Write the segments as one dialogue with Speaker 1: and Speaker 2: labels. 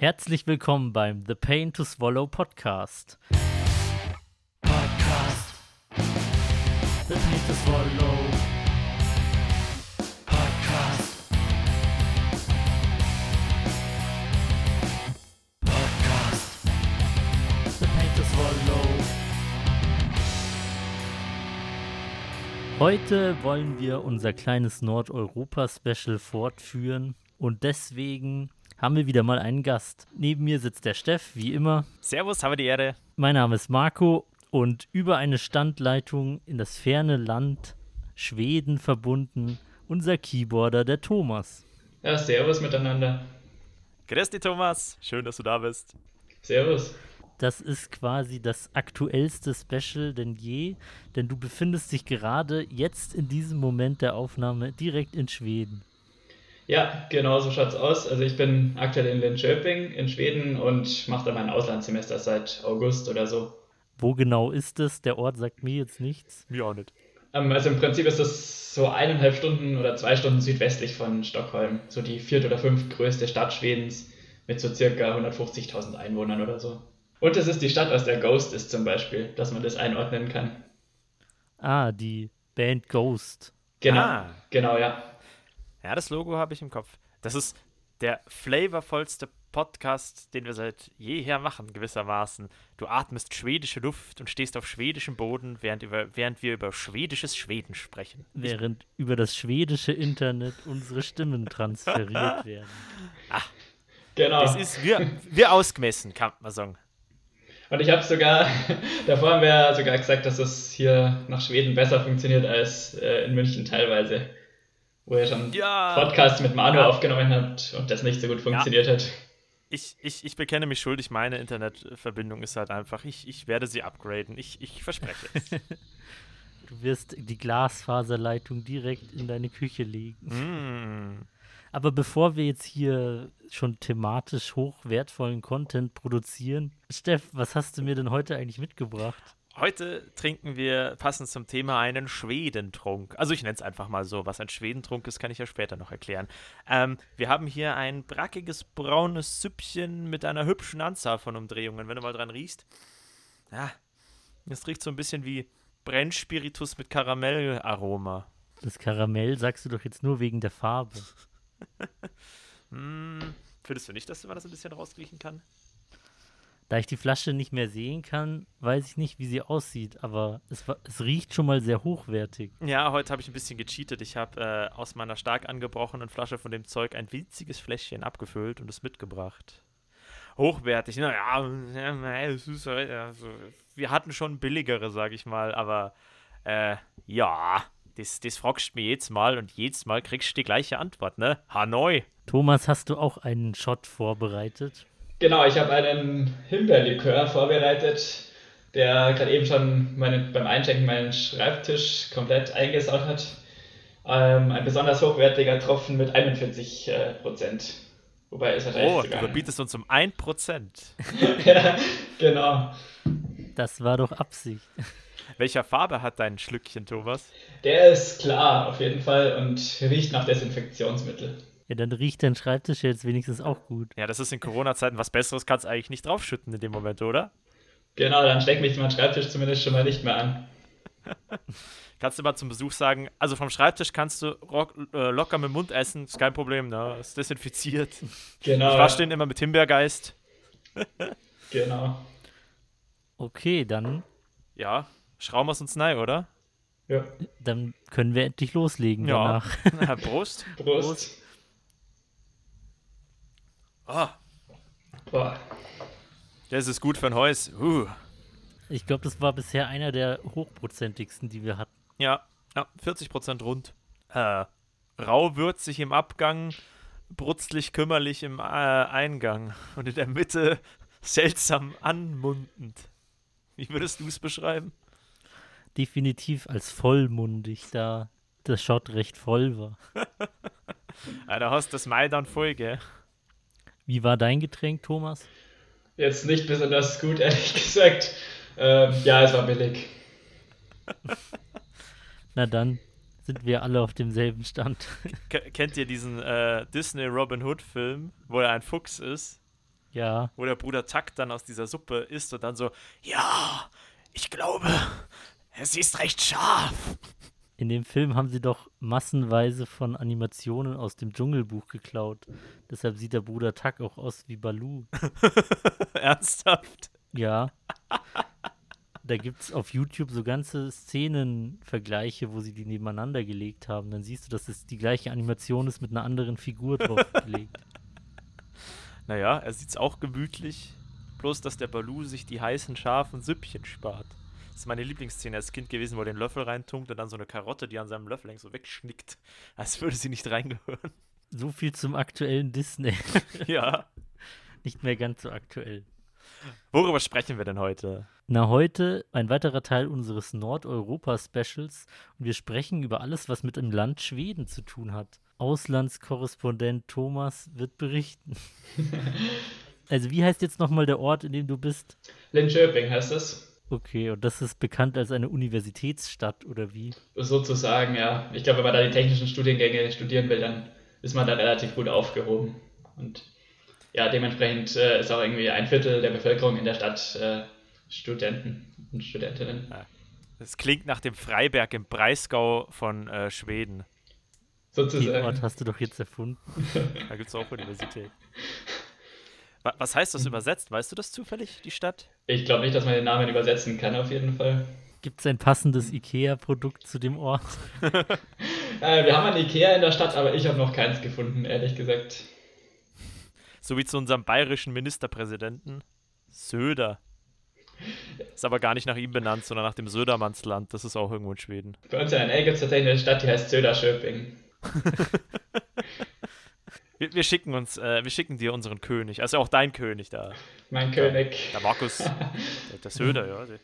Speaker 1: Herzlich willkommen beim The Pain to Swallow Podcast. Podcast. The Pain to Swallow. Podcast. Podcast. The Pain to Swallow. Heute wollen wir unser kleines Nordeuropa-Special fortführen und deswegen haben wir wieder mal einen Gast. Neben mir sitzt der Steff, wie immer.
Speaker 2: Servus, habe die Ehre.
Speaker 1: Mein Name ist Marco und über eine Standleitung in das ferne Land Schweden verbunden unser Keyboarder, der Thomas.
Speaker 3: Ja, servus miteinander.
Speaker 2: Grüß dich, Thomas. Schön, dass du da bist.
Speaker 3: Servus.
Speaker 1: Das ist quasi das aktuellste Special denn je, denn du befindest dich gerade jetzt in diesem Moment der Aufnahme direkt in Schweden.
Speaker 3: Ja, genau so schaut's aus. Also ich bin aktuell in Linköping in Schweden und mache da mein Auslandssemester seit August oder so.
Speaker 1: Wo genau ist es? Der Ort sagt mir jetzt nichts.
Speaker 2: Mir auch nicht.
Speaker 3: Ähm, also im Prinzip ist das so eineinhalb Stunden oder zwei Stunden südwestlich von Stockholm. So die viert oder fünftgrößte Stadt Schwedens mit so circa 150.000 Einwohnern oder so. Und es ist die Stadt, aus der Ghost ist zum Beispiel, dass man das einordnen kann.
Speaker 1: Ah, die Band Ghost.
Speaker 3: Genau,
Speaker 2: Ah. genau,
Speaker 3: genau, ja.
Speaker 2: Ja, das Logo habe ich im Kopf. Das ist der flavorvollste Podcast, den wir seit jeher machen, gewissermaßen. Du atmest schwedische Luft und stehst auf schwedischem Boden, während, über, während wir über schwedisches Schweden sprechen.
Speaker 1: Während über das schwedische Internet unsere Stimmen transferiert werden.
Speaker 3: Genau.
Speaker 2: Es ist wir, wir ausgemessen, kann man sagen.
Speaker 3: Und ich habe sogar, davor haben wir ja sogar gesagt, dass es hier nach Schweden besser funktioniert als äh, in München teilweise. Wo ihr schon
Speaker 2: Ja.
Speaker 3: Podcasts mit Manu
Speaker 2: Ja.
Speaker 3: aufgenommen habt und das nicht so gut funktioniert hat.
Speaker 2: Ich, ich, ich bekenne mich schuldig, meine Internetverbindung ist halt einfach. Ich, ich werde sie upgraden. Ich, ich verspreche es.
Speaker 1: Du wirst die Glasfaserleitung direkt in deine Küche legen.
Speaker 2: mm.
Speaker 1: Aber bevor wir jetzt hier schon thematisch hochwertvollen Content produzieren, Steff, was hast du mir denn heute eigentlich mitgebracht?
Speaker 2: Heute trinken wir passend zum Thema einen Schwedentrunk. Also ich nenne es einfach mal so. Was ein Schwedentrunk ist, kann ich ja später noch erklären. Ähm, wir haben hier ein brackiges braunes Süppchen mit einer hübschen Anzahl von Umdrehungen. Wenn du mal dran riechst, ja, das riecht so ein bisschen wie Brennspiritus mit Karamellaroma.
Speaker 1: Das Karamell sagst du doch jetzt nur wegen der Farbe.
Speaker 2: Hm, findest du nicht, dass man das ein bisschen rausriechen kann?
Speaker 1: Da ich die Flasche nicht mehr sehen kann, weiß ich nicht, wie sie aussieht, aber es, wa- es riecht schon mal sehr hochwertig.
Speaker 2: Ja, heute habe ich ein bisschen gecheatet. Ich habe äh, aus meiner stark angebrochenen Flasche von dem Zeug ein winziges Fläschchen abgefüllt und es mitgebracht. Hochwertig, naja, es ist halt, also, wir hatten schon billigere, sage ich mal, aber äh, ja, das, das fragst du mir jedes Mal und jedes Mal kriegst du die gleiche Antwort, ne? Hanoi.
Speaker 1: Thomas, hast du auch einen Shot vorbereitet?
Speaker 3: Genau, ich habe einen Himbeerlikör vorbereitet, der gerade eben schon meine, beim Einschenken meinen Schreibtisch komplett eingesaut hat. Ähm, ein besonders hochwertiger Tropfen mit 41 äh, Prozent. Wobei ist wahrscheinlich
Speaker 2: Oh, du
Speaker 3: sogar.
Speaker 2: verbietest uns um 1%.
Speaker 3: ja, genau.
Speaker 1: Das war doch Absicht.
Speaker 2: Welcher Farbe hat dein Schlückchen, Thomas?
Speaker 3: Der ist klar, auf jeden Fall, und riecht nach Desinfektionsmittel.
Speaker 1: Ja, dann riecht dein Schreibtisch jetzt wenigstens auch gut.
Speaker 2: Ja, das ist in Corona-Zeiten was Besseres, kannst du eigentlich nicht draufschütten in dem Moment, oder?
Speaker 3: Genau, dann steckt mich mein Schreibtisch zumindest schon mal nicht mehr an.
Speaker 2: Kannst du mal zum Besuch sagen, also vom Schreibtisch kannst du rock, äh, locker mit dem Mund essen, ist kein Problem, ne? Ist desinfiziert.
Speaker 3: Genau.
Speaker 2: Ich wasche den immer mit Himbeergeist.
Speaker 3: Genau.
Speaker 1: Okay, dann,
Speaker 2: Ja, schrauben wir's uns nein, oder?
Speaker 3: Ja,
Speaker 1: dann können wir endlich loslegen
Speaker 2: Ja.
Speaker 1: danach.
Speaker 2: Na, Prost.
Speaker 3: Prost.
Speaker 2: Oh,
Speaker 3: Boah.
Speaker 2: das ist gut für ein Häus. Uh.
Speaker 1: Ich glaube, das war bisher einer der hochprozentigsten, die wir hatten.
Speaker 2: Ja, ja, 40% rund. Äh, rau würzig im Abgang, brutzlig kümmerlich im äh, Eingang und in der Mitte seltsam anmundend. Wie würdest du es beschreiben?
Speaker 1: Definitiv als vollmundig, da der Shot recht voll war.
Speaker 2: Ah, da hast du das Maidan voll, gell?
Speaker 1: Wie war dein Getränk, Thomas?
Speaker 3: Jetzt nicht besonders gut, ehrlich gesagt. Ähm, ja, es war billig.
Speaker 1: Na dann sind wir alle auf demselben Stand.
Speaker 2: Ke- Kennt ihr diesen äh, Disney Robin Hood Film, wo er ein Fuchs ist?
Speaker 1: Ja.
Speaker 2: Wo der Bruder Zack dann aus dieser Suppe isst und dann so, ja, ich glaube, es ist recht scharf.
Speaker 1: In dem Film haben sie doch massenweise von Animationen aus dem Dschungelbuch geklaut. Deshalb sieht der Bruder Tuck auch aus wie Balu.
Speaker 2: Ernsthaft?
Speaker 1: Ja. Da gibt es auf YouTube so ganze Szenenvergleiche, wo sie die nebeneinander gelegt haben. Dann siehst du, dass es die gleiche Animation ist mit einer anderen Figur draufgelegt.
Speaker 2: Naja, er sieht's auch gemütlich. Bloß, dass der Balu sich die heißen, scharfen Süppchen spart. Das ist meine Lieblingsszene als Kind gewesen, wo er den Löffel reintunkt und dann so eine Karotte, die an seinem Löffel hängt, so wegschnickt. Als würde sie nicht reingehören.
Speaker 1: So viel zum aktuellen Disney.
Speaker 2: ja.
Speaker 1: Nicht mehr ganz so aktuell.
Speaker 2: Worüber sprechen wir denn heute?
Speaker 1: Na, heute ein weiterer Teil unseres Nordeuropa-Specials und wir sprechen über alles, was mit dem Land Schweden zu tun hat. Auslandskorrespondent Thomas wird berichten. also, wie heißt jetzt nochmal der Ort, in dem du bist?
Speaker 3: Linköping heißt das.
Speaker 1: Okay, und das ist bekannt als eine Universitätsstadt oder wie?
Speaker 3: Sozusagen, ja. Ich glaube, wenn man da die technischen Studiengänge studieren will, dann ist man da relativ gut aufgehoben. Und ja, dementsprechend äh, ist auch irgendwie ein Viertel der Bevölkerung in der Stadt äh, Studenten und Studentinnen.
Speaker 2: Das klingt nach dem Freiberg im Breisgau von äh, Schweden.
Speaker 1: Den Ort
Speaker 3: Sozusagen.
Speaker 1: hast du doch jetzt erfunden.
Speaker 2: Da gibt es auch Universität. Wa- Was heißt das übersetzt? Weißt du das zufällig, die Stadt?
Speaker 3: Ich glaube nicht, dass man den Namen übersetzen kann, auf jeden Fall.
Speaker 1: Gibt es ein passendes IKEA-Produkt zu dem Ort?
Speaker 3: Äh, wir haben ein Ikea in der Stadt, aber ich habe noch keins gefunden, ehrlich gesagt.
Speaker 2: So wie zu unserem bayerischen Ministerpräsidenten Söder. Ist aber gar nicht nach ihm benannt, sondern nach dem Södermannsland. Das ist auch irgendwo in Schweden.
Speaker 3: Bei uns in NL gibt es tatsächlich eine Stadt, die heißt Söderschöping.
Speaker 2: Wir, wir schicken uns, äh, wir schicken dir unseren König, also auch dein König da.
Speaker 3: Mein König.
Speaker 2: Der Markus, der, der Söder, ja. der-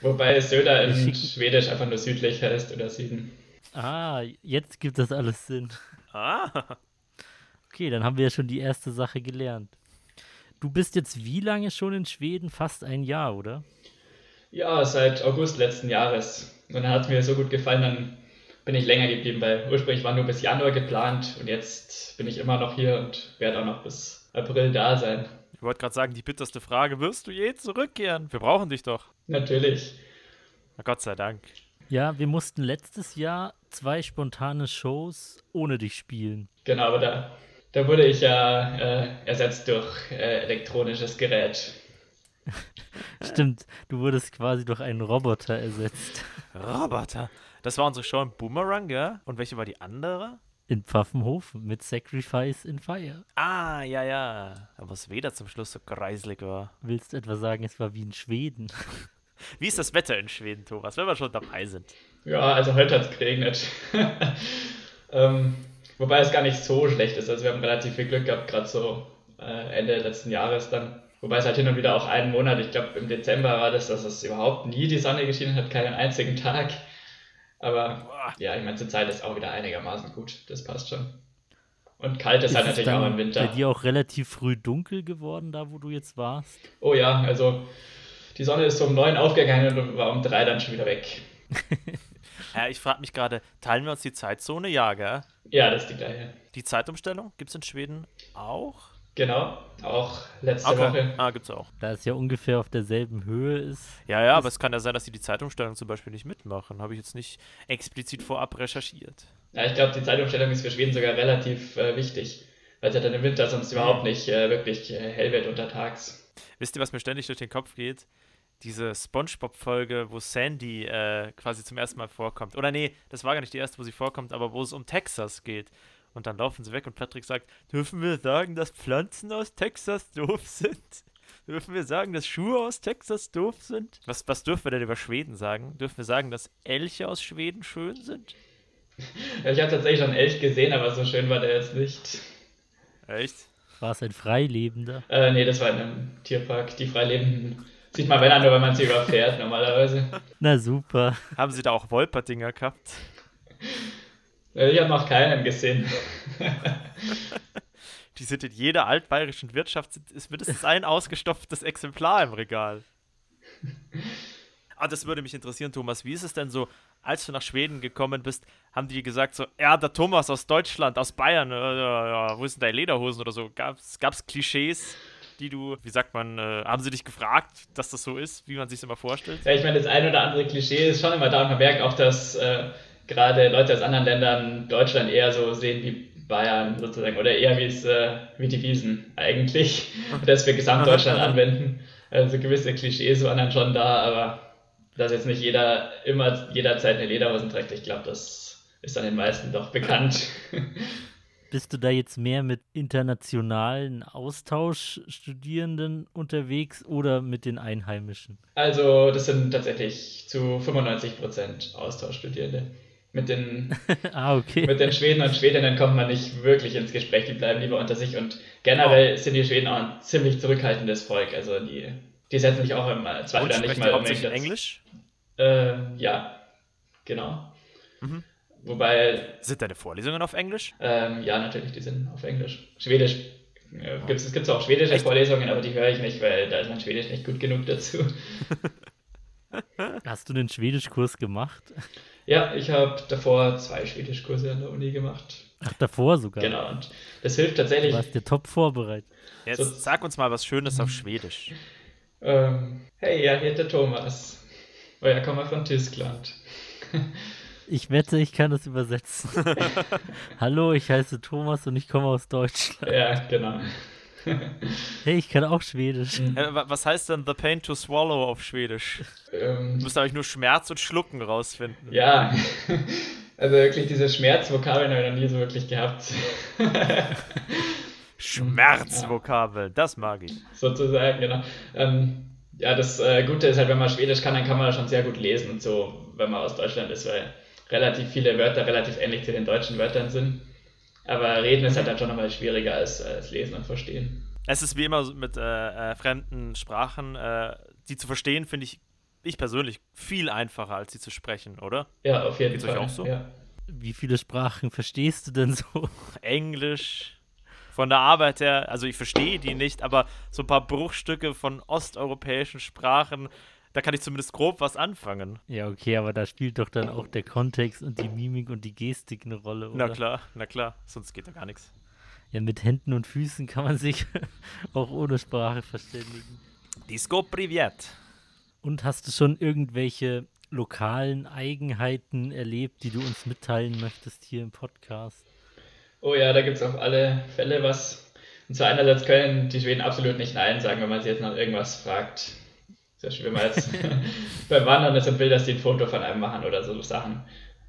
Speaker 3: Wobei Söder in
Speaker 1: schicken-
Speaker 3: Schwedisch einfach nur südlich heißt oder Süden.
Speaker 1: Ah, jetzt gibt das alles Sinn.
Speaker 2: Ah,
Speaker 1: Okay, dann haben wir ja schon die erste Sache gelernt. Du bist jetzt wie lange schon in Schweden? Fast ein Jahr, oder?
Speaker 3: Ja, seit August letzten Jahres. Und dann hat es mir so gut gefallen, dann bin ich länger geblieben, weil ursprünglich war nur bis Januar geplant und jetzt bin ich immer noch hier und werde auch noch bis April da sein.
Speaker 2: ich wollte gerade sagen, die bitterste Frage, wirst du je zurückkehren? Wir brauchen dich doch.
Speaker 3: Natürlich.
Speaker 2: Na Gott sei Dank.
Speaker 1: Ja, wir mussten letztes Jahr zwei spontane Shows ohne dich spielen.
Speaker 3: Genau, aber da, da wurde ich ja äh, ersetzt durch äh, elektronisches Gerät.
Speaker 1: Stimmt, du wurdest quasi durch einen Roboter ersetzt.
Speaker 2: Roboter. Das war unsere Show im Boomerang, ja? Und welche war die andere?
Speaker 1: In Pfaffenhofen mit Sacrifice in Fire.
Speaker 2: Ah, ja, ja. Aber was weder zum Schluss so greiselig war.
Speaker 1: Willst du etwa sagen, es war wie in Schweden?
Speaker 2: Wie ist das Wetter in Schweden, Thomas, wenn wir schon dabei sind?
Speaker 3: Ja, also heute hat es geregnet. ähm, wobei es gar nicht so schlecht ist. Also wir haben relativ viel Glück gehabt, gerade so äh, Ende letzten Jahres dann. Wobei es halt hin und wieder auch einen Monat, ich glaube im Dezember war das, dass es überhaupt nie die Sonne geschienen hat, keinen einzigen Tag. Aber
Speaker 2: Boah,
Speaker 3: ja, ich meine, zur Zeit ist auch wieder einigermaßen gut. Das passt schon. Und kalt ist,
Speaker 1: Ist
Speaker 3: halt
Speaker 1: es
Speaker 3: natürlich
Speaker 1: dann
Speaker 3: auch im Winter.
Speaker 1: Bei dir auch relativ früh dunkel geworden, da wo du jetzt warst.
Speaker 3: Oh ja, also die Sonne ist so um neun aufgegangen und war um drei dann schon wieder weg.
Speaker 2: äh, ich frage mich gerade, teilen wir uns die Zeitzone? Ja, gell?
Speaker 3: Ja, das ist die gleiche.
Speaker 2: Die Zeitumstellung gibt es in Schweden auch?
Speaker 3: Genau, auch letzte Woche.
Speaker 2: Ah, gibt's auch.
Speaker 1: Da es ja ungefähr auf derselben Höhe ist.
Speaker 2: Ja, ja, aber es kann ja sein, dass sie die Zeitumstellung zum Beispiel nicht mitmachen. Habe ich jetzt nicht explizit vorab recherchiert.
Speaker 3: Ja, ich glaube, die Zeitumstellung ist für Schweden sogar relativ äh, wichtig, weil es ja dann im Winter sonst überhaupt nicht äh, wirklich äh, hell wird untertags.
Speaker 2: Wisst ihr, was mir ständig durch den Kopf geht? Diese Spongebob-Folge, wo Sandy äh, quasi zum ersten Mal vorkommt. Oder nee, das war gar nicht die erste, wo sie vorkommt, aber wo es um Texas geht. Und dann laufen sie weg und Patrick sagt, dürfen wir sagen, dass Pflanzen aus Texas doof sind? Dürfen wir sagen, dass Schuhe aus Texas doof sind? Was, was dürfen wir denn über Schweden sagen? Dürfen wir sagen, dass Elche aus Schweden schön sind?
Speaker 3: Ja, ich habe tatsächlich schon Elch gesehen, aber so schön war der jetzt nicht.
Speaker 2: Echt?
Speaker 1: War es ein Freilebender?
Speaker 3: Äh, nee, das war in einem Tierpark. Die Freilebenden sieht man, wenn dann nur, wenn man sie überfährt normalerweise.
Speaker 1: Na super.
Speaker 2: Haben sie da auch Wolpertinger gehabt?
Speaker 3: Äh, ich habe noch keinen gesehen.
Speaker 2: Die sind in jeder altbayerischen Wirtschaft sind- ist mindestens ein ausgestopftes Exemplar im Regal. Ah, das würde mich interessieren, Thomas. Wie ist es denn so, als du nach Schweden gekommen bist, haben die gesagt so, ja, der Thomas aus Deutschland, aus Bayern, äh, äh, äh, wo ist denn deine Lederhosen oder so? Gab's, gab's Klischees? die du, wie sagt man, äh, haben sie dich gefragt, dass das so ist, wie man sich immer vorstellt?
Speaker 3: Ja, ich meine, das ein oder andere Klischee ist schon immer da und man merkt auch, dass äh, gerade Leute aus anderen Ländern Deutschland eher so sehen wie Bayern sozusagen oder eher wie, es, äh, wie die Wiesen eigentlich, dass wir Gesamtdeutschland anwenden. Also gewisse Klischees waren dann schon da, aber dass jetzt nicht jeder immer jederzeit eine Lederhosen trägt, ich glaube, das ist an den meisten doch bekannt.
Speaker 1: Bist du da jetzt mehr mit internationalen Austauschstudierenden unterwegs oder mit den Einheimischen?
Speaker 3: Also, das sind tatsächlich zu 95% Austauschstudierende. Mit den,
Speaker 1: ah, okay.
Speaker 3: mit den Schweden und Schwedinnen kommt man nicht wirklich ins Gespräch, die bleiben lieber unter sich und generell sind die Schweden auch ein ziemlich zurückhaltendes Volk. Also, die, die setzen sich auch im Zweifel
Speaker 2: Und
Speaker 3: dann nicht
Speaker 2: sprecht
Speaker 3: mal
Speaker 2: ihr
Speaker 3: um
Speaker 2: hauptsächlich
Speaker 3: irgendwas-
Speaker 2: Englisch?
Speaker 3: Äh, ja, genau.
Speaker 2: Mhm.
Speaker 3: Wobei
Speaker 2: Sind deine Vorlesungen auf Englisch?
Speaker 3: Ähm, ja, natürlich, die sind auf Englisch. Schwedisch äh, gibt's, es gibt auch schwedische
Speaker 2: Echt?
Speaker 3: Vorlesungen, aber die höre ich nicht, weil da ist mein Schwedisch nicht gut genug dazu.
Speaker 1: Hast du den Schwedischkurs gemacht?
Speaker 3: Ja, ich habe davor zwei Schwedischkurse an der Uni gemacht.
Speaker 1: Ach, davor sogar.
Speaker 3: Genau, und das hilft
Speaker 1: Du
Speaker 3: tatsächlich.
Speaker 1: warst dir top vorbereitet.
Speaker 2: Jetzt
Speaker 3: So-
Speaker 2: sag uns mal was Schönes auf Schwedisch.
Speaker 3: Ähm, hey, ja, hier ist der Thomas. Euer Komma von Tyskland.
Speaker 1: Ich wette, ich kann das übersetzen. Hallo, ich heiße Thomas und ich komme aus Deutschland.
Speaker 3: Ja, genau.
Speaker 1: Hey, ich kann auch Schwedisch.
Speaker 2: Äh, wa- was heißt denn The Pain to Swallow auf Schwedisch? Du
Speaker 3: Ähm,
Speaker 2: musst eigentlich nur Schmerz und Schlucken rausfinden.
Speaker 3: ja, also wirklich diese Schmerzvokabeln habe ich noch nie so wirklich gehabt.
Speaker 2: Schmerzvokabel, das mag ich.
Speaker 3: sozusagen, genau. Ähm, ja, das äh, Gute ist halt, wenn man Schwedisch kann, dann kann man das schon sehr gut lesen und so, wenn man aus Deutschland ist, weil relativ viele Wörter relativ ähnlich zu den deutschen Wörtern sind. Aber reden ist halt dann schon nochmal schwieriger als, als lesen und verstehen.
Speaker 2: Es ist wie immer so mit äh, äh, fremden Sprachen, äh, die zu verstehen, finde ich, ich persönlich, viel einfacher, als sie zu sprechen, oder?
Speaker 3: Ja, auf jeden
Speaker 2: Geht's euch
Speaker 3: Fall.
Speaker 2: auch so?
Speaker 3: Ja.
Speaker 1: Wie viele Sprachen verstehst du denn so?
Speaker 2: Englisch. Von der Arbeit her, also ich verstehe die nicht, aber so ein paar Bruchstücke von osteuropäischen Sprachen, da kann ich zumindest grob was anfangen.
Speaker 1: Ja, okay, aber da spielt doch dann auch der Kontext und die Mimik und die Gestik eine Rolle, oder?
Speaker 2: Na klar, na klar, sonst geht da gar nichts.
Speaker 1: Ja, mit Händen und Füßen kann man sich auch ohne Sprache verständigen.
Speaker 2: Disco Privet.
Speaker 1: Und hast du schon irgendwelche lokalen Eigenheiten erlebt, die du uns mitteilen möchtest hier im Podcast?
Speaker 3: Oh ja, da gibt es auf alle Fälle was. Und zwar einerseits können die Schweden absolut nicht Nein sagen, wenn man sie jetzt nach irgendwas fragt. Zum Beispiel, wenn man jetzt beim Wandern ist und will, dass die ein Foto von einem machen oder so Sachen.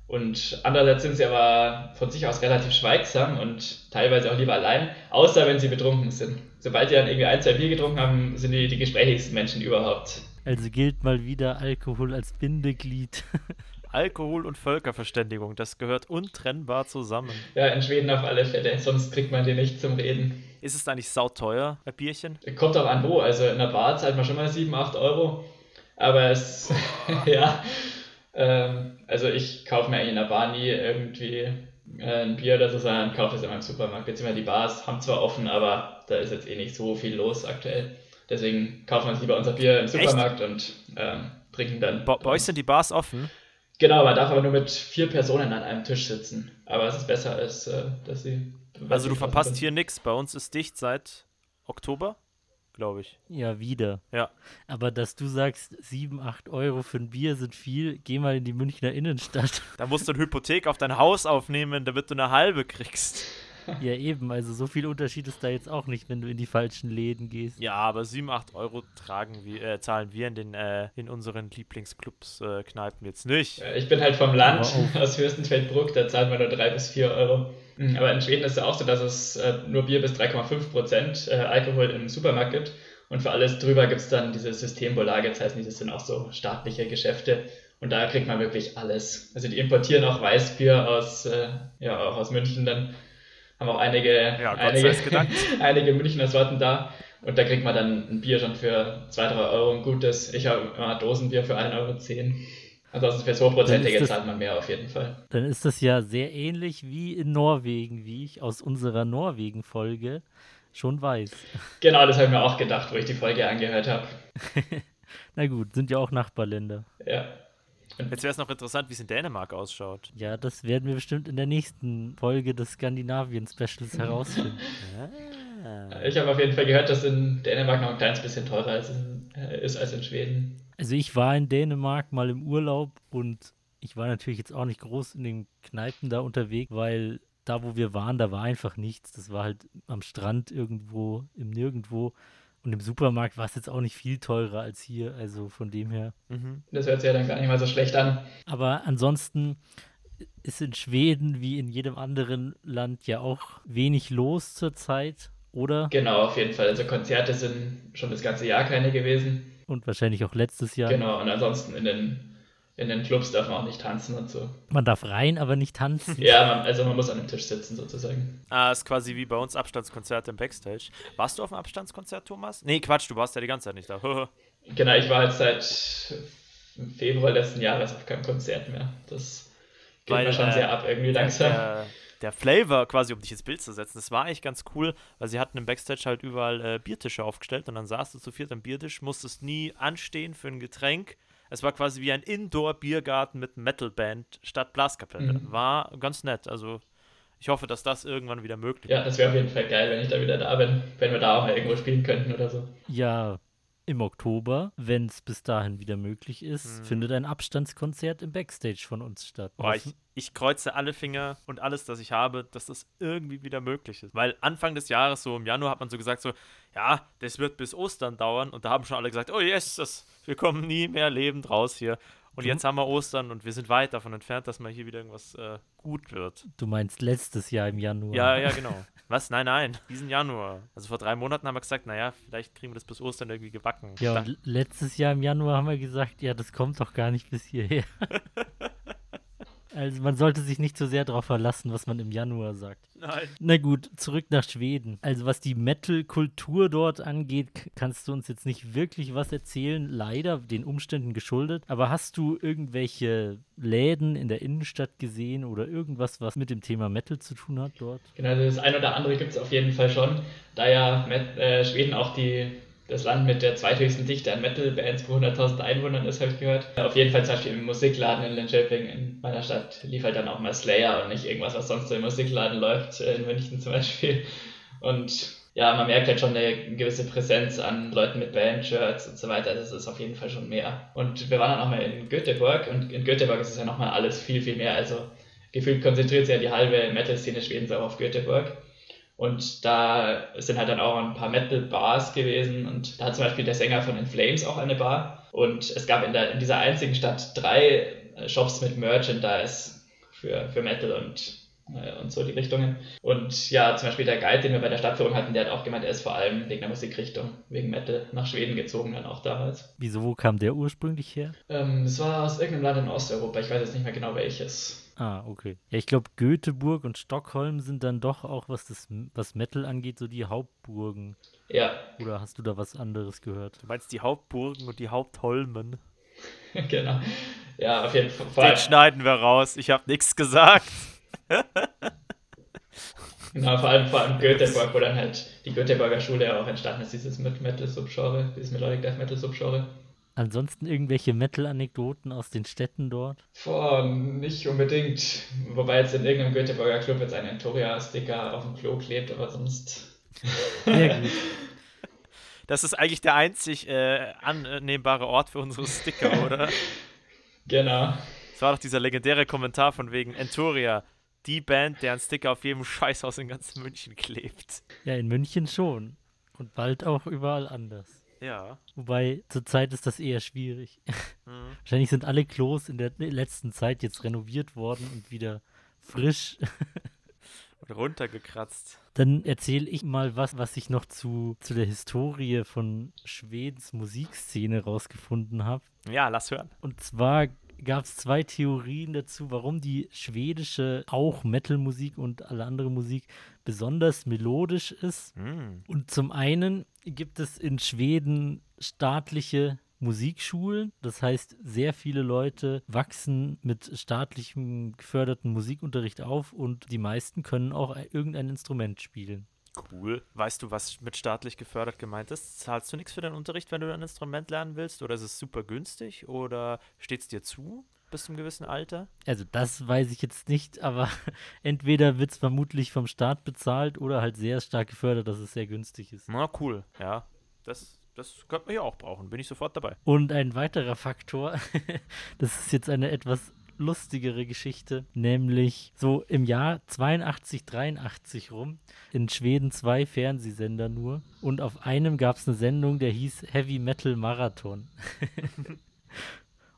Speaker 3: Und andererseits sind sie aber von sich aus relativ schweigsam und teilweise auch lieber allein, außer wenn sie betrunken sind. Sobald sie dann irgendwie ein, zwei Bier getrunken haben, sind die die gesprächigsten Menschen überhaupt.
Speaker 1: Also gilt mal wieder Alkohol als Bindeglied.
Speaker 2: Alkohol und Völkerverständigung, das gehört untrennbar zusammen.
Speaker 3: Ja, in Schweden auf alle Fälle, sonst kriegt man die nicht zum Reden.
Speaker 2: Ist es eigentlich sauteuer, ein Bierchen?
Speaker 3: Kommt auch an wo, also in der Bar zahlt man schon mal 7, 8 Euro. Aber es, ja, ähm, also ich kaufe mir eigentlich in der Bar nie irgendwie äh, ein Bier oder so, sondern kaufe es immer im Supermarkt. Beziehungsweise die Bars haben zwar offen, aber da ist jetzt eh nicht so viel los aktuell. Deswegen kaufen wir uns lieber unser Bier im Supermarkt und ähm, trinken dann.
Speaker 2: Bei, bei euch sind die Bars offen.
Speaker 3: Genau, man darf aber nur mit vier Personen an einem Tisch sitzen. Aber es ist besser, als äh, dass sie.
Speaker 2: Also du verpasst hier nichts. Bei uns ist dicht seit Oktober, glaube ich.
Speaker 1: Ja, wieder.
Speaker 2: Ja.
Speaker 1: Aber dass du sagst, 7, 8 Euro für ein Bier sind viel, geh mal in die Münchner Innenstadt.
Speaker 2: Da musst du eine Hypothek auf dein Haus aufnehmen, damit du eine halbe kriegst.
Speaker 1: ja, eben, also so viel Unterschied ist da jetzt auch nicht, wenn du in die falschen Läden gehst.
Speaker 2: Ja, aber 7, 8 Euro tragen wir, äh, zahlen wir in, den, äh, in unseren Lieblingsclubs, äh, Kneipen jetzt nicht.
Speaker 3: Ich bin halt vom Land,
Speaker 1: Aber auf.
Speaker 3: aus Fürstenfeldbruck, da zahlt man nur 3 bis 4 Euro. Mhm, Aber in Schweden ist es auch so, dass es äh, nur Bier bis 3,5 Prozent äh, Alkohol im Supermarkt gibt. Und für alles drüber gibt es dann diese Systembolagen, das heißt, das sind auch so staatliche Geschäfte. Und da kriegt man wirklich alles. Also die importieren auch Weißbier aus, äh, ja, auch aus München, dann haben auch einige,
Speaker 2: Ja, Gott
Speaker 3: einige,
Speaker 2: sei's gedankt.
Speaker 3: einige Münchner Sorten da. Und da kriegt man dann ein Bier schon für 2, 3 Euro, ein gutes. Ich habe immer Dosenbier für 1,10 Euro. Ansonsten fürs
Speaker 1: Dann
Speaker 3: Hochprozentige
Speaker 1: ist das-
Speaker 3: zahlt man mehr auf jeden Fall.
Speaker 1: Dann ist das ja sehr ähnlich wie in Norwegen, wie ich aus unserer Norwegen-Folge schon weiß.
Speaker 3: Genau, das habe ich mir auch gedacht, wo ich die Folge angehört habe.
Speaker 1: Na gut, sind ja auch Nachbarländer.
Speaker 3: Ja.
Speaker 2: Jetzt wäre es noch interessant, wie es in Dänemark ausschaut.
Speaker 1: Ja, das werden wir bestimmt in der nächsten Folge des Skandinavien-Specials herausfinden.
Speaker 2: Ah.
Speaker 3: Ich habe auf jeden Fall gehört, dass in Dänemark noch ein kleines bisschen teurer ist, in, äh, ist als in Schweden.
Speaker 1: Also ich war in Dänemark mal im Urlaub und ich war natürlich jetzt auch nicht groß in den Kneipen da unterwegs, weil da, wo wir waren, da war einfach nichts. Das war halt am Strand irgendwo, im Nirgendwo. Und im Supermarkt war es jetzt auch nicht viel teurer als hier. Also von dem her.
Speaker 2: Mhm.
Speaker 3: Das hört sich ja dann gar nicht mal so schlecht an.
Speaker 1: Aber ansonsten ist in Schweden wie in jedem anderen Land ja auch wenig los zurzeit, oder?
Speaker 3: Genau, auf jeden Fall. Also Konzerte sind schon das ganze Jahr keine gewesen.
Speaker 1: Und wahrscheinlich auch letztes Jahr.
Speaker 3: Genau, und ansonsten in den, in den Clubs darf man auch nicht tanzen und so.
Speaker 1: Man darf rein, aber nicht tanzen.
Speaker 3: Ja, man, also man muss an dem Tisch sitzen sozusagen.
Speaker 2: Ah, ist quasi wie bei uns Abstandskonzerte im Backstage. Warst du auf einem Abstandskonzert, Thomas? Nee, Quatsch, du warst ja die ganze Zeit nicht da.
Speaker 3: Genau, ich war jetzt seit Februar letzten Jahres auf keinem Konzert mehr. Das geht
Speaker 2: Weil,
Speaker 3: mir schon
Speaker 2: äh,
Speaker 3: sehr ab irgendwie langsam.
Speaker 2: Der, der Flavor quasi, um dich ins Bild zu setzen, das war eigentlich ganz cool, weil sie hatten im Backstage halt überall äh, Biertische aufgestellt und dann saßt du zu viert am Biertisch, musstest nie anstehen für ein Getränk. Es war quasi wie ein Indoor-Biergarten mit Metalband statt Blaskapelle.
Speaker 3: Mhm.
Speaker 2: War ganz nett. Also ich hoffe, dass das irgendwann wieder möglich
Speaker 3: Ja, das wäre auf jeden Fall geil, wenn ich da wieder da bin. Wenn wir da auch mal irgendwo spielen könnten oder so.
Speaker 1: Ja, im Oktober, wenn es bis dahin wieder möglich ist,
Speaker 2: Hm.
Speaker 1: findet ein Abstandskonzert im Backstage von uns statt.
Speaker 2: Boah, ich, ich kreuze alle Finger und alles, das ich habe, dass das irgendwie wieder möglich ist. Weil Anfang des Jahres, so im Januar, hat man so gesagt, so, ja, das wird bis Ostern dauern. Und da haben schon alle gesagt, oh yes, das, wir kommen nie mehr lebend raus hier. Und
Speaker 1: Du-
Speaker 2: jetzt haben wir Ostern und wir sind weit davon entfernt, dass mal hier wieder irgendwas äh, gut wird.
Speaker 1: du meinst letztes Jahr im Januar.
Speaker 2: Ja, ja, genau. Was? Nein, nein. Diesen Januar. Also vor drei Monaten haben wir gesagt, naja, vielleicht kriegen wir das bis Ostern irgendwie gebacken.
Speaker 1: Ja, und letztes Jahr im Januar haben wir gesagt, ja, das kommt doch gar nicht bis hierher. Also man sollte sich nicht so sehr darauf verlassen, was man im Januar sagt.
Speaker 2: nein.
Speaker 1: Na gut, zurück nach Schweden. Also was die Metal-Kultur dort angeht, k- kannst du uns jetzt nicht wirklich was erzählen, leider den Umständen geschuldet. Aber hast du irgendwelche Läden in der Innenstadt gesehen oder irgendwas, was mit dem Thema Metal zu tun hat dort?
Speaker 3: Genau, also das ein oder andere gibt es auf jeden Fall schon. Da ja Met äh, Schweden auch die, das Land mit der zweithöchsten Dichte an Metal-Bands pro 100.000 Einwohnern ist, habe ich gehört. Auf jeden Fall zum Beispiel im Musikladen in Linköping in meiner Stadt lief halt dann auch mal Slayer und nicht irgendwas, was sonst so im Musikladen läuft, äh, in München zum Beispiel. Und ja, man merkt halt schon eine gewisse Präsenz an Leuten mit Band-Shirts und so weiter. Das ist auf jeden Fall schon mehr. Und wir waren dann auch mal in Göteborg und in Göteborg ist es ja nochmal alles viel, viel mehr. Also gefühlt konzentriert sich ja die halbe Metal-Szene Schwedens auch auf Göteborg. Und da sind halt dann auch ein paar Metal-Bars gewesen und da hat zum Beispiel der Sänger von In Flames auch eine Bar. Und es gab in, der, in dieser einzigen Stadt drei äh, Shops mit Merchandise für, für Metal und, äh, und so die Richtungen. Und ja, zum Beispiel der Guide, den wir bei der Stadtführung hatten, der hat auch gemeint, er ist vor allem wegen der Musikrichtung, wegen Metal nach Schweden gezogen dann auch damals.
Speaker 1: Wieso wo kam der ursprünglich her?
Speaker 3: Ähm, das war aus irgendeinem Land in Osteuropa, ich weiß jetzt nicht mehr genau welches.
Speaker 1: Ah, okay. Ja, ich glaube, Göteborg und Stockholm sind dann doch auch, was, das, was Metal angeht, so die Hauptburgen.
Speaker 3: Ja,
Speaker 1: Oder hast du da was anderes gehört?
Speaker 2: Du meinst die Hauptburgen und die Hauptholmen.
Speaker 3: genau. Ja, auf jeden Fall. Vor
Speaker 2: Den
Speaker 3: allem,
Speaker 2: schneiden wir raus. Ich habe nichts gesagt.
Speaker 3: genau, vor allem, vor allem Göteborg, wo dann halt die Göteborger Schule ja auch entstanden ist, dieses mit Metal-Subgenre, dieses Melodic Death Metal-Subgenre.
Speaker 1: Ansonsten irgendwelche Metal-Anekdoten aus den Städten dort?
Speaker 3: Boah, nicht unbedingt. Wobei jetzt in irgendeinem Göteborger Club jetzt ein Entoria-Sticker auf dem Klo klebt, aber sonst.
Speaker 1: Sehr gut.
Speaker 2: Das ist eigentlich der einzig äh, annehmbare Ort für unsere Sticker, oder?
Speaker 3: Genau.
Speaker 2: Es war doch dieser legendäre Kommentar von wegen Entoria, die Band, deren Sticker auf jedem Scheißhaus in ganz München klebt.
Speaker 1: Ja, in München schon. Und bald auch überall anders.
Speaker 2: Ja.
Speaker 1: Wobei, zurzeit ist das eher schwierig.
Speaker 2: Mhm.
Speaker 1: Wahrscheinlich sind alle Klos in der letzten Zeit jetzt renoviert worden und wieder frisch.
Speaker 2: Und runtergekratzt.
Speaker 1: Dann erzähle ich mal was, was ich noch zu, zu der Historie von Schwedens Musikszene rausgefunden habe.
Speaker 2: Ja, lass hören.
Speaker 1: Und zwar gab es zwei Theorien dazu, warum die schwedische, auch Metal-Musik und alle andere Musik, besonders melodisch ist.
Speaker 2: Mhm.
Speaker 1: Und zum einen gibt es in Schweden staatliche Musikschulen. Das heißt, sehr viele Leute wachsen mit staatlichem geförderten Musikunterricht auf und die meisten können auch e- irgendein Instrument spielen.
Speaker 2: Cool. Weißt du, was mit staatlich gefördert gemeint ist? Zahlst du nichts für deinen Unterricht, wenn du ein Instrument lernen willst? Oder ist es super günstig? Oder steht es dir zu? bis zum gewissen Alter?
Speaker 1: Also das weiß ich jetzt nicht, aber entweder wird es vermutlich vom Staat bezahlt oder halt sehr stark gefördert, dass es sehr günstig ist.
Speaker 2: Na cool, ja. Das, das könnte man ja auch brauchen, bin ich sofort dabei.
Speaker 1: Und ein weiterer Faktor, das ist jetzt eine etwas lustigere Geschichte, nämlich so im Jahr 82, 83 rum, in Schweden zwei Fernsehsender nur und auf einem gab es eine Sendung, der hieß Heavy Metal Marathon.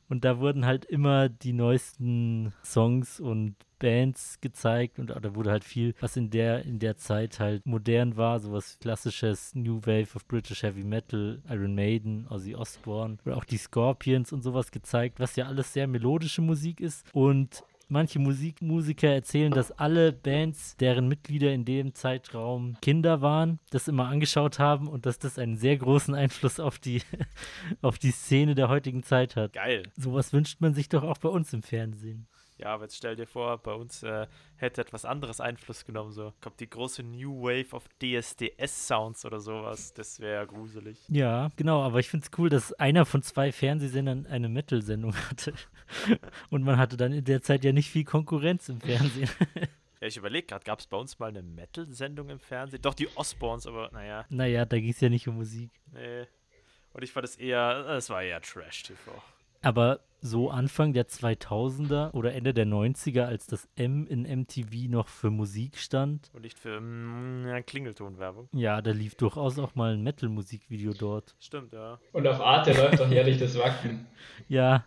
Speaker 1: und da wurden halt immer die neuesten Songs und Bands gezeigt und da wurde halt viel, was in der, in der Zeit halt modern war, sowas klassisches New Wave of British Heavy Metal, Iron Maiden, Ozzy Osbourne oder auch die Scorpions und sowas gezeigt, was ja alles sehr melodische Musik ist und Manche Musikmusiker erzählen, dass alle Bands, deren Mitglieder in dem Zeitraum Kinder waren, das immer angeschaut haben und dass das einen sehr großen Einfluss auf die, auf die Szene der heutigen Zeit hat.
Speaker 2: Geil.
Speaker 1: Sowas wünscht man sich doch auch bei uns im Fernsehen.
Speaker 2: Ja, aber jetzt stell dir vor, bei uns äh, hätte etwas anderes Einfluss genommen. So kommt die große New Wave of DSDS-Sounds oder sowas. Das wäre ja gruselig.
Speaker 1: Ja, genau, aber ich finde es cool, dass einer von zwei Fernsehsendern eine Metal-Sendung hatte. Und man hatte dann in der Zeit ja nicht viel Konkurrenz im Fernsehen.
Speaker 2: Ja, ich überlege gerade, gab es bei uns mal eine Metal-Sendung im Fernsehen? Doch, die Osborns, aber naja.
Speaker 1: Naja, da ging es ja nicht um Musik.
Speaker 2: Nee. Und ich fand es eher, es war eher Trash-TV.
Speaker 1: Aber so Anfang der 2000er oder Ende der 90er, als das M in MTV noch für Musik stand.
Speaker 2: Und nicht für mm, Klingeltonwerbung.
Speaker 1: Ja, da lief durchaus auch mal ein Metal-Musikvideo dort.
Speaker 2: Stimmt, ja.
Speaker 3: Und auf Arte läuft doch jährlich das Wacken.
Speaker 1: Ja.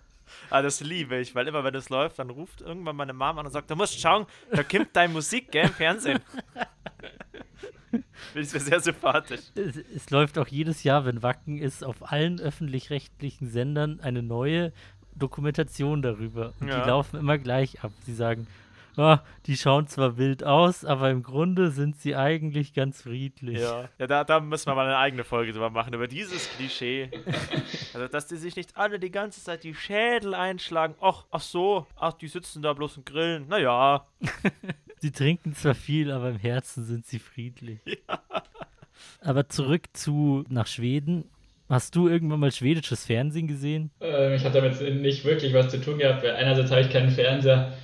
Speaker 2: Ah, das liebe ich, weil immer wenn das läuft, dann ruft irgendwann meine Mama an und sagt, du musst schauen, da kommt deine Musik, gell, im Fernsehen. Finde ich mir sehr sympathisch.
Speaker 1: Es, es läuft auch jedes Jahr, wenn Wacken ist, auf allen öffentlich-rechtlichen Sendern eine neue Dokumentation darüber. Und
Speaker 2: Ja.
Speaker 1: die laufen immer gleich ab. Sie sagen, "Ah, die schauen zwar wild aus, aber im Grunde sind sie eigentlich ganz friedlich.
Speaker 2: Ja, ja da, da müssen wir mal eine eigene Folge drüber machen, über dieses Klischee. Also, dass die sich nicht alle die ganze Zeit die Schädel einschlagen. Och, ach so, ach, die sitzen da bloß und grillen. Naja,
Speaker 1: Sie trinken zwar viel, aber im Herzen sind sie friedlich. Aber zurück zu nach Schweden. Hast du irgendwann mal schwedisches Fernsehen gesehen?
Speaker 3: Ähm, ich habe damit nicht wirklich was zu tun gehabt, weil einerseits habe ich keinen Fernseher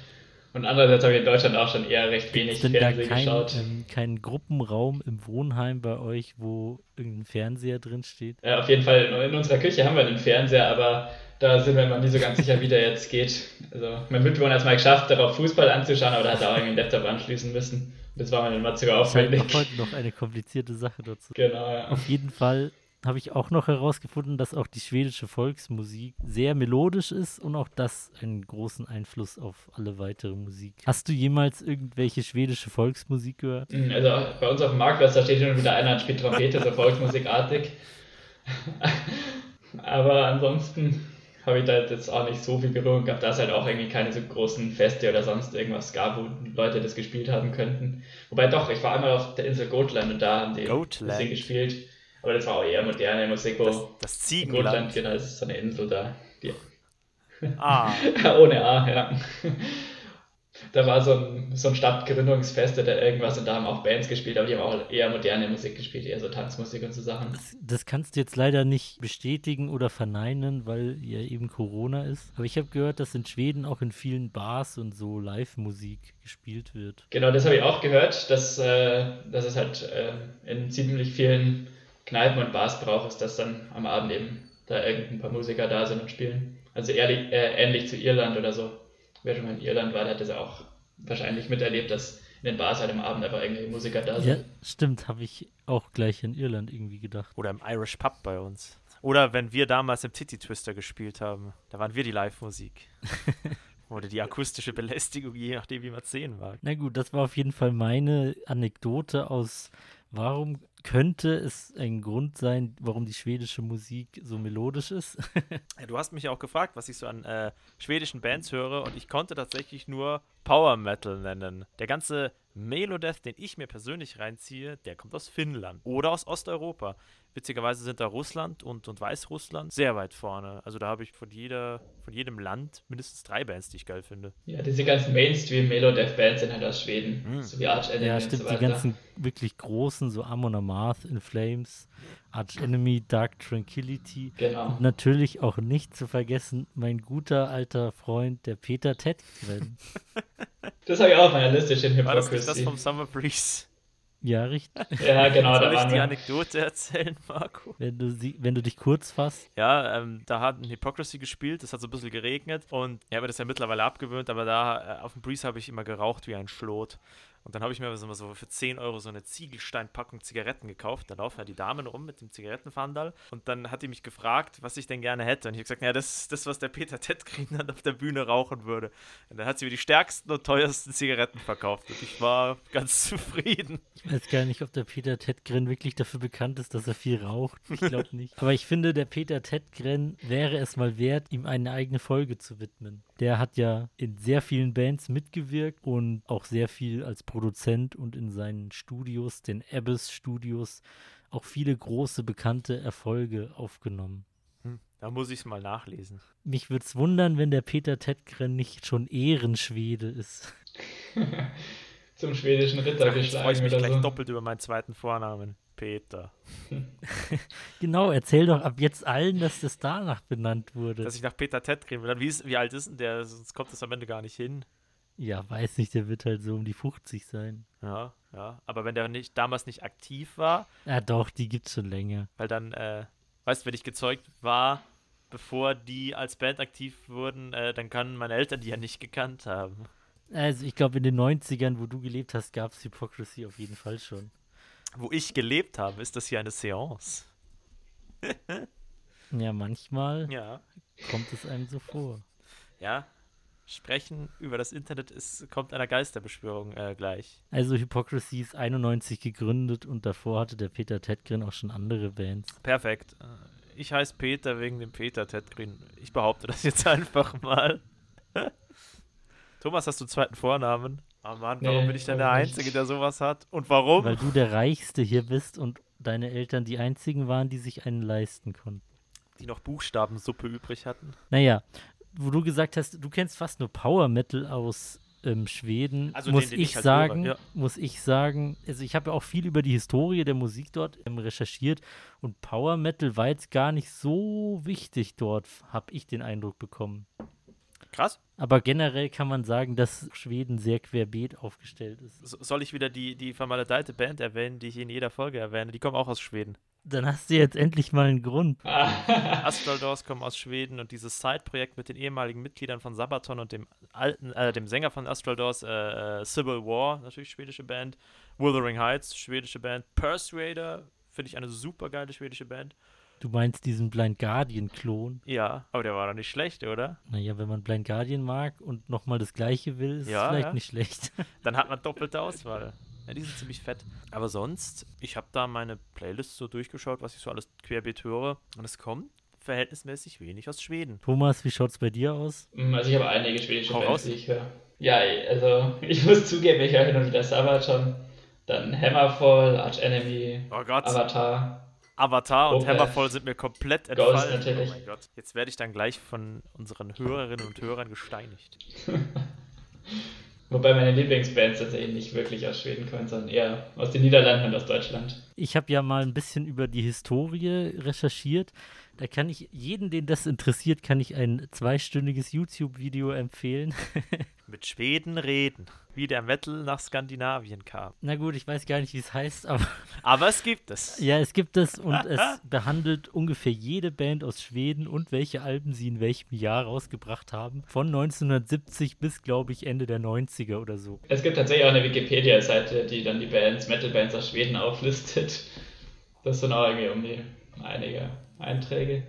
Speaker 3: und andererseits habe ich in Deutschland auch schon eher recht wenig
Speaker 1: Ist denn da
Speaker 3: Fernsehen
Speaker 1: kein,
Speaker 3: geschaut.
Speaker 1: ähm, kein Gruppenraum im Wohnheim bei euch, wo irgendein Fernseher drin steht?
Speaker 3: Ja, auf jeden Fall, in, in unserer Küche haben wir den Fernseher, aber da sind wir immer nie so ganz sicher, wie der jetzt geht. Also, mein Mitbewohner hat es mal geschafft, darauf Fußball anzuschauen, aber da hat er auch irgendwie einen Laptop anschließen müssen. Und das war mir dann immer zu
Speaker 1: Das ist halt
Speaker 3: aufwendig.
Speaker 1: auch heute noch eine komplizierte Sache dazu.
Speaker 3: Genau, ja.
Speaker 1: Auf jeden Fall habe ich auch noch herausgefunden, dass auch die schwedische Volksmusik sehr melodisch ist und auch das einen großen Einfluss auf alle weitere Musik. Hast du jemals irgendwelche schwedische Volksmusik gehört?
Speaker 3: Mm, Also bei uns auf dem Marktplatz, da steht hin und wieder einer und spielt Trompete, so volksmusikartig. Aber ansonsten habe ich da jetzt auch nicht so viel Berührung gehabt, da es halt auch irgendwie keine so großen Feste oder sonst irgendwas gab, wo Leute das gespielt haben könnten. Wobei doch, ich war einmal auf der Insel Gotland und da haben die ein
Speaker 2: Gotland?
Speaker 3: bisschen gespielt. Aber das war auch eher moderne Musik, wo
Speaker 2: das, das
Speaker 3: Gotland,
Speaker 2: Ziegenland.
Speaker 3: genau, das ist so eine Insel da. Die
Speaker 2: Ah,
Speaker 3: ja, ohne A, ja. Da war so ein, so ein Stadtgründungsfest oder irgendwas und da haben auch Bands gespielt, aber die haben auch eher moderne Musik gespielt, eher so Tanzmusik und so Sachen.
Speaker 1: Das, das kannst du jetzt leider nicht bestätigen oder verneinen, weil ja eben Corona ist. Aber ich habe gehört, dass in Schweden auch in vielen Bars und so Live-Musik gespielt wird.
Speaker 3: Genau, das habe ich auch gehört, dass, äh, dass es halt äh, in ziemlich vielen Kneipen und Bars braucht, ist, dass dann am Abend eben da irgendein paar Musiker da sind und spielen. Also ehrlich, äh, ähnlich zu Irland oder so. Wer schon mal in Irland war, der hat das auch wahrscheinlich miterlebt, dass in den Bars halt am Abend einfach irgendwelche Musiker da
Speaker 1: Ja,
Speaker 3: sind.
Speaker 1: stimmt, habe ich auch gleich in Irland irgendwie gedacht.
Speaker 2: oder im Irish Pub bei uns. Oder wenn wir damals im Titty Twister gespielt haben, da waren wir die Live-Musik. Oder die akustische Belästigung, je nachdem, wie man es sehen mag.
Speaker 1: Na gut, das war auf jeden Fall meine Anekdote aus, warum könnte es ein Grund sein, warum die schwedische Musik so melodisch ist?
Speaker 2: Ja, du hast mich ja auch gefragt, was ich so an äh, schwedischen Bands höre und ich konnte tatsächlich nur Power Metal nennen. Der ganze Melodeath, den ich mir persönlich reinziehe, der kommt aus Finnland oder aus Osteuropa. Witzigerweise sind da Russland und, und Weißrussland sehr weit vorne. Also da habe ich von, jeder, von jedem Land mindestens drei Bands, die ich geil finde.
Speaker 3: Ja, diese ganzen Mainstream-Melodeath-Bands sind halt aus Schweden,
Speaker 2: Mhm.
Speaker 3: so wie Arch Enemy
Speaker 1: Ja,
Speaker 3: und
Speaker 1: stimmt,
Speaker 3: so
Speaker 1: die
Speaker 3: weiter.
Speaker 1: ganzen wirklich großen, so Amon Amarth, In Flames, Arch Enemy, Dark Tranquility.
Speaker 3: Genau.
Speaker 1: Natürlich auch nicht zu vergessen, mein guter alter Freund, der Peter Tettgren.
Speaker 3: Das habe ich auch auf meiner Liste stehen,
Speaker 2: War Ah, das nicht das
Speaker 3: Hypocrisy.
Speaker 2: vom Summer Breeze?
Speaker 1: ja, richtig.
Speaker 3: Ja, genau, da
Speaker 2: Soll ich
Speaker 3: waren
Speaker 2: die
Speaker 3: wir.
Speaker 2: Anekdote erzählen, Marco?
Speaker 1: Wenn du, sie, wenn du dich kurz fasst,
Speaker 2: Ja, ähm, da hat ein Hypocrisy gespielt, es hat so ein bisschen geregnet und ich habe das ja mittlerweile abgewöhnt, aber da äh, auf dem Breeze habe ich immer geraucht wie ein Schlot. Und dann habe ich mir so, so für 10 Euro so eine Ziegelsteinpackung Zigaretten gekauft. Da laufen ja die Damen rum mit dem Zigarettenfandal. Und dann hat die mich gefragt, was ich denn gerne hätte. Und ich habe gesagt, ja, das ist das, was der Peter Tedgren dann auf der Bühne rauchen würde. Und dann hat sie mir die stärksten und teuersten Zigaretten verkauft. Und ich war ganz zufrieden.
Speaker 1: Ich weiß gar nicht, ob der Peter Tedgren wirklich dafür bekannt ist, dass er viel raucht. Ich glaube nicht. Aber ich finde, der Peter Tedgren wäre es mal wert, ihm eine eigene Folge zu widmen. Der hat ja in sehr vielen Bands mitgewirkt und auch sehr viel als Produzent und in seinen Studios, den Abbas Studios, auch viele große bekannte Erfolge aufgenommen.
Speaker 2: Hm, da muss ich es mal nachlesen.
Speaker 1: Mich würde es wundern, wenn der Peter Tedgren nicht schon Ehrenschwede ist.
Speaker 3: Zum schwedischen Ritter
Speaker 2: Ach, jetzt freue ich
Speaker 3: geschlagen
Speaker 2: mich
Speaker 3: oder
Speaker 2: gleich
Speaker 3: so.
Speaker 2: doppelt über meinen zweiten Vornamen. Peter.
Speaker 1: Genau, erzähl doch ab jetzt allen, dass das danach benannt wurde.
Speaker 2: Dass ich nach Peter Ted kriegen will. Wie, ist, wie alt ist denn der? Sonst kommt das am Ende gar nicht hin.
Speaker 1: Ja, weiß nicht, der wird halt so um die 50 sein.
Speaker 2: Ja, ja. Aber wenn der nicht, damals nicht aktiv war,
Speaker 1: Ah, doch, die gibt's schon länger.
Speaker 2: weil dann, äh, weißt du, wenn ich gezeugt war, bevor die als Band aktiv wurden, äh, dann können meine Eltern die ja nicht gekannt haben.
Speaker 1: Also, ich glaube, in den 90ern, wo du gelebt hast, gab's Hypocrisy auf jeden Fall schon.
Speaker 2: Wo ich gelebt habe, ist das hier eine Seance.
Speaker 1: Ja, manchmal
Speaker 2: Ja.
Speaker 1: kommt es einem so vor.
Speaker 2: Ja. Sprechen über das Internet ist, kommt einer Geisterbeschwörung äh, gleich.
Speaker 1: Also, Hypocrisy ist 91 gegründet und davor hatte der Peter Tedgren auch schon andere Bands.
Speaker 2: Perfekt. Äh, Ich heiße Peter wegen dem Peter Tedgren. Ich behaupte das jetzt einfach mal. Thomas, hast du einen zweiten Vornamen? Oh Mann, warum
Speaker 3: Nee,
Speaker 2: bin ich denn der
Speaker 3: glaub nicht.
Speaker 2: Einzige, der sowas hat? Und warum?
Speaker 1: Weil du der Reichste hier bist und deine Eltern die einzigen waren, die sich einen leisten konnten.
Speaker 2: Die noch Buchstabensuppe übrig hatten.
Speaker 1: Naja, wo du gesagt hast, du kennst fast nur Power Metal aus ähm, Schweden,
Speaker 2: Also
Speaker 1: muss
Speaker 2: den, den
Speaker 1: ich,
Speaker 2: ich halt höre,
Speaker 1: sagen,
Speaker 2: ja.
Speaker 1: muss ich sagen, also ich habe ja auch viel über die Historie der Musik dort ähm, recherchiert und Power Metal war jetzt gar nicht so wichtig dort, habe ich den Eindruck bekommen.
Speaker 2: Krass.
Speaker 1: Aber generell kann man sagen, dass Schweden sehr querbeet aufgestellt ist.
Speaker 2: So, soll ich wieder die, die vermaledeite Band erwähnen, die ich in jeder Folge erwähne? Die kommen auch aus Schweden.
Speaker 1: Dann hast du jetzt endlich mal einen Grund.
Speaker 3: Ah,
Speaker 2: Astral Doors kommen aus Schweden und dieses Side-Projekt mit den ehemaligen Mitgliedern von Sabaton und dem alten, äh, dem Sänger von Astral Doors, äh, äh, Civil War, natürlich schwedische Band, Wuthering Heights, schwedische Band, Persuader, finde ich eine super geile schwedische Band.
Speaker 1: Du meinst diesen Blind Guardian-Klon?
Speaker 2: Ja, aber der war doch nicht schlecht, oder?
Speaker 1: Naja, wenn man Blind Guardian mag und nochmal das Gleiche will, ist
Speaker 2: Ja,
Speaker 1: es vielleicht
Speaker 2: ja.
Speaker 1: nicht schlecht.
Speaker 2: Dann hat man doppelte Auswahl. Ja, die sind ziemlich fett. Aber sonst, ich habe da meine Playlist so durchgeschaut, was ich so alles querbeet höre. Und es kommt verhältnismäßig wenig aus Schweden.
Speaker 1: Thomas, wie schaut's bei dir aus?
Speaker 3: mm, also ich habe einige schwedische
Speaker 2: Hau raus.
Speaker 3: Bands, die ich höre. Ja, also ich muss zugeben, ich höre hin und wieder Sabaton, dann Hammerfall, Arch Enemy,
Speaker 2: Oh Gott.
Speaker 3: Avatar.
Speaker 2: Avatar und
Speaker 3: Okay.
Speaker 2: Hammerfall sind mir komplett
Speaker 3: Oh, äh, Ghost
Speaker 2: entfallen.
Speaker 3: natürlich.
Speaker 2: Oh mein Gott. Jetzt werde ich dann gleich von unseren Hörerinnen und Hörern gesteinigt.
Speaker 3: Wobei meine Lieblingsbands tatsächlich nicht wirklich aus Schweden kommen, sondern eher aus den Niederlanden und aus Deutschland.
Speaker 1: Ich habe ja mal ein bisschen über die Historie recherchiert. Da kann ich jeden, den das interessiert, kann ich ein zweistündiges YouTube-Video empfehlen.
Speaker 2: Mit Schweden reden, wie der Metal nach Skandinavien kam.
Speaker 1: Na gut, ich weiß gar nicht, wie es heißt, aber
Speaker 2: Aber es gibt es.
Speaker 1: ja, es gibt es und es behandelt ungefähr jede Band aus Schweden und welche Alben sie in welchem Jahr rausgebracht haben. Von 1970 bis, glaube ich, Ende der 90er oder so.
Speaker 3: Es gibt tatsächlich auch eine Wikipedia-Seite, die dann die Bands, Metal-Bands aus Schweden auflistet. Das sind auch irgendwie um die einige Einträge.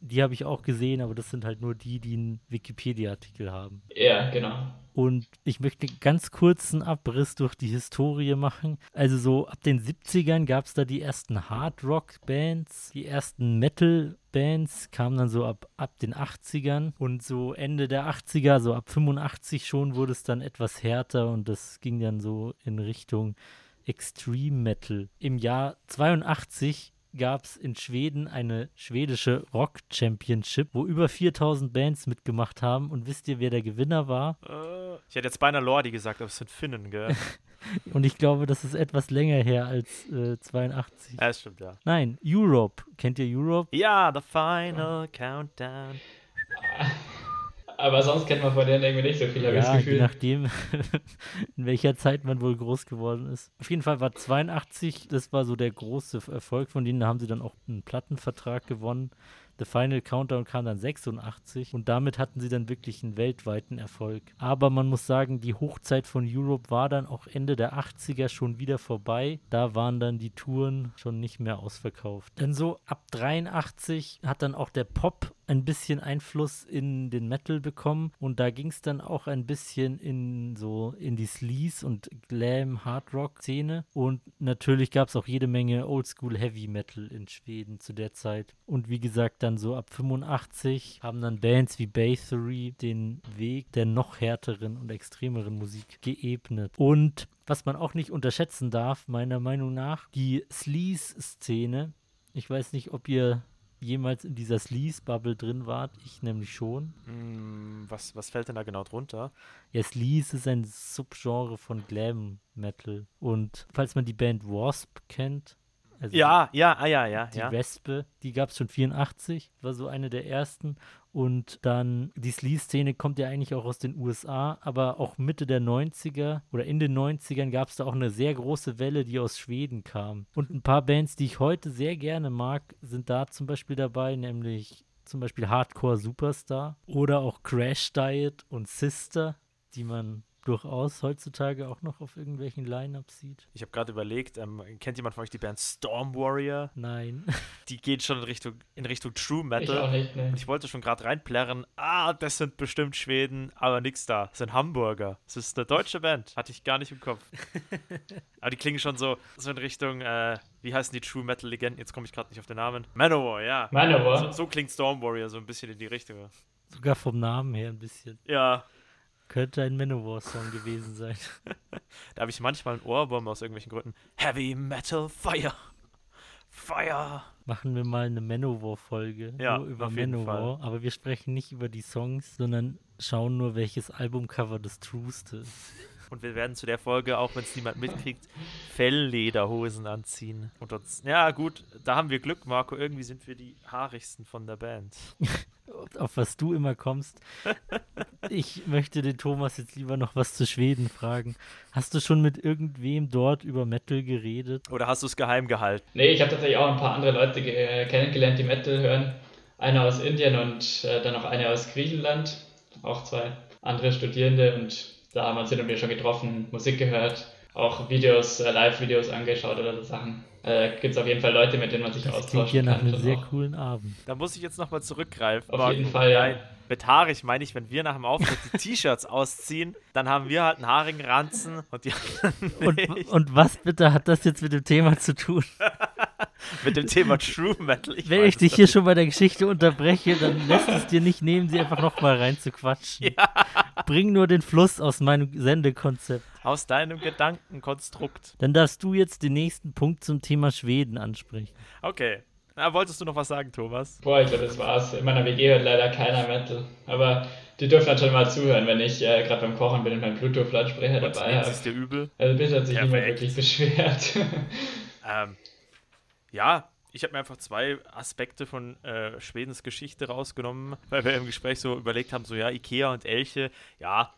Speaker 1: Die habe ich auch gesehen, aber das sind halt nur die, die einen Wikipedia-Artikel haben.
Speaker 3: Ja, genau.
Speaker 1: Und ich möchte ganz kurzen Abriss durch die Historie machen. Also so ab den 70ern gab es da die ersten Hard-Rock-Bands, die ersten Metal- Bands kamen dann so ab, ab den 80ern und so Ende der 80er, so ab 85 schon, wurde es dann etwas härter und das ging dann so in Richtung Extreme Metal. Im Jahr 82 gab es in Schweden eine schwedische Rock Championship, wo über 4000 Bands mitgemacht haben. Und wisst ihr, wer der Gewinner war?
Speaker 2: Äh, ich hätte jetzt beinahe Lordi gesagt, aber es sind Finnen, gell?
Speaker 1: Und ich glaube, das ist etwas länger her als äh, 82.
Speaker 2: ja, das stimmt, ja.
Speaker 1: Nein, Europe. Kennt ihr Europe?
Speaker 2: Ja, the final countdown.
Speaker 3: Aber sonst kennt man von denen irgendwie nicht so viel, habe ich das
Speaker 1: je
Speaker 3: Gefühl.
Speaker 1: nachdem, in welcher Zeit man wohl groß geworden ist. Auf jeden Fall war 82, das war so der große Erfolg von denen. Da haben sie dann auch einen Plattenvertrag gewonnen. The Final Countdown kam dann 86 und damit hatten sie dann wirklich einen weltweiten Erfolg. Aber man muss sagen, die Hochzeit von Europe war dann auch Ende der 80er schon wieder vorbei. Da waren dann die Touren schon nicht mehr ausverkauft. Denn so ab 83 hat dann auch der Pop ein bisschen Einfluss in den Metal bekommen und da ging es dann auch ein bisschen in so in die Sleaze und Glam Hard Rock Szene und natürlich gab es auch jede Menge Oldschool Heavy Metal in Schweden zu der Zeit und wie gesagt dann so ab 85 haben dann Bands wie Bathory den Weg der noch härteren und extremeren Musik geebnet und was man auch nicht unterschätzen darf, meiner Meinung nach, die Sleaze-Szene. Ich weiß nicht, ob ihr jemals in dieser Sleaze-Bubble drin wart, ich nämlich schon.
Speaker 2: Hm, was, was fällt denn da genau drunter?
Speaker 1: Ja, Sleaze ist ein Subgenre von Glam Metal. Und falls man die Band Wasp kennt, also
Speaker 2: Ja, ja, ah, ja, ja,
Speaker 1: die
Speaker 2: ja.
Speaker 1: Wespe, die gab es schon 84, war so eine der ersten. Und dann die Sleaze-Szene kommt ja eigentlich auch aus den USA, aber auch Mitte der 90er oder in den 90ern gab es da auch eine sehr große Welle, die aus Schweden kam. Und ein paar Bands, die ich heute sehr gerne mag, sind da zum Beispiel dabei, nämlich zum Beispiel Hardcore Superstar oder auch Crash Diet und Sister, die man durchaus heutzutage auch noch auf irgendwelchen Line-Ups sieht.
Speaker 2: Ich habe gerade überlegt, ähm, kennt jemand von euch die Band Storm Warrior?
Speaker 1: Nein.
Speaker 2: Die geht schon in Richtung, in Richtung True
Speaker 3: Ich auch
Speaker 2: Metal.
Speaker 3: nicht, ne.
Speaker 2: Und ich wollte schon gerade reinplärren, ah, das sind bestimmt Schweden, aber nix da. Das sind Hamburger. Das ist eine deutsche Band. Hatte ich gar nicht im Kopf. aber die klingen schon so, so in Richtung, äh, wie heißen die True Metal Legenden? Jetzt komme ich gerade nicht auf den Namen. Manowar, ja. So,
Speaker 3: Manowar.
Speaker 2: so klingt Storm Warrior so ein bisschen in die Richtung.
Speaker 1: Sogar vom Namen her ein bisschen.
Speaker 2: Ja,
Speaker 1: Könnte ein Manowar-Song gewesen sein.
Speaker 2: da habe ich manchmal einen Ohrwurm aus irgendwelchen Gründen. Heavy Metal Fire. Fire.
Speaker 1: Machen wir mal eine Manowar-Folge
Speaker 2: Ja,
Speaker 1: nur über
Speaker 2: auf jeden
Speaker 1: Manowar. Aber wir sprechen nicht über die Songs, sondern schauen nur, welches Albumcover das trueste ist.
Speaker 2: Und wir werden zu der Folge, auch wenn es niemand mitkriegt, Felllederhosen anziehen. Und uns, ja gut, da haben wir Glück, Marco. Irgendwie sind wir die haarigsten von der Band.
Speaker 1: Auf was du immer kommst. Ich möchte den Thomas jetzt lieber noch was zu Schweden fragen. Hast du schon mit irgendwem dort über Metal geredet?
Speaker 2: Oder hast du es geheim gehalten?
Speaker 3: Nee, ich habe tatsächlich auch ein paar andere Leute ge- äh, kennengelernt, die Metal hören. Einer aus Indien und äh, dann noch einer aus Griechenland. Auch zwei andere Studierende und da haben wir uns hin und wieder schon getroffen, Musik gehört, auch Videos, äh, Live-Videos angeschaut oder so Sachen. Äh, Gibt es auf jeden Fall Leute, mit denen man sich
Speaker 1: Das klingt hier
Speaker 3: austauschen
Speaker 1: nach
Speaker 3: kann.
Speaker 1: einem
Speaker 3: schon
Speaker 1: sehr
Speaker 3: auch.
Speaker 1: coolen Abend.
Speaker 2: Da muss ich jetzt nochmal zurückgreifen.
Speaker 3: Auf
Speaker 2: Marco.
Speaker 3: jeden Fall, ja.
Speaker 2: Nein, Mit haarig meine ich, wenn wir nach dem Auftritt die T-Shirts ausziehen, dann haben wir halt einen haarigen Ranzen und die anderen
Speaker 1: Und,
Speaker 2: nicht.
Speaker 1: und was bitte hat das jetzt mit dem Thema zu tun?
Speaker 2: Mit dem Thema True Metal. Ich
Speaker 1: Wenn
Speaker 2: weiß
Speaker 1: ich dich hier schon bei der Geschichte unterbreche, dann lässt es dir nicht nehmen, sie einfach nochmal reinzuquatschen. Bring nur den Fluss aus meinem Sendekonzept.
Speaker 2: es. Aus deinem Gedankenkonstrukt.
Speaker 1: Dann darfst du jetzt den nächsten Punkt zum Thema Schweden ansprechen.
Speaker 2: Okay. Na, wolltest du noch was sagen, Thomas?
Speaker 3: Boah, ich glaube, das war's. In meiner WG hört leider keiner Metal. Aber die dürfen dann schon mal zuhören, wenn ich äh, gerade beim Kochen bin und meinen Bluetooth-Lautsprecher
Speaker 2: Und
Speaker 3: dabei
Speaker 2: nehmen
Speaker 3: habe.
Speaker 2: sie es dir übel?
Speaker 3: Also bisher hat sich niemand
Speaker 2: Perfekt.
Speaker 3: wirklich beschwert.
Speaker 2: Ähm, ja, ich habe mir einfach zwei Aspekte von äh, Schwedens Geschichte rausgenommen, weil wir im Gespräch so überlegt haben, so ja, Ikea und Elche, ja,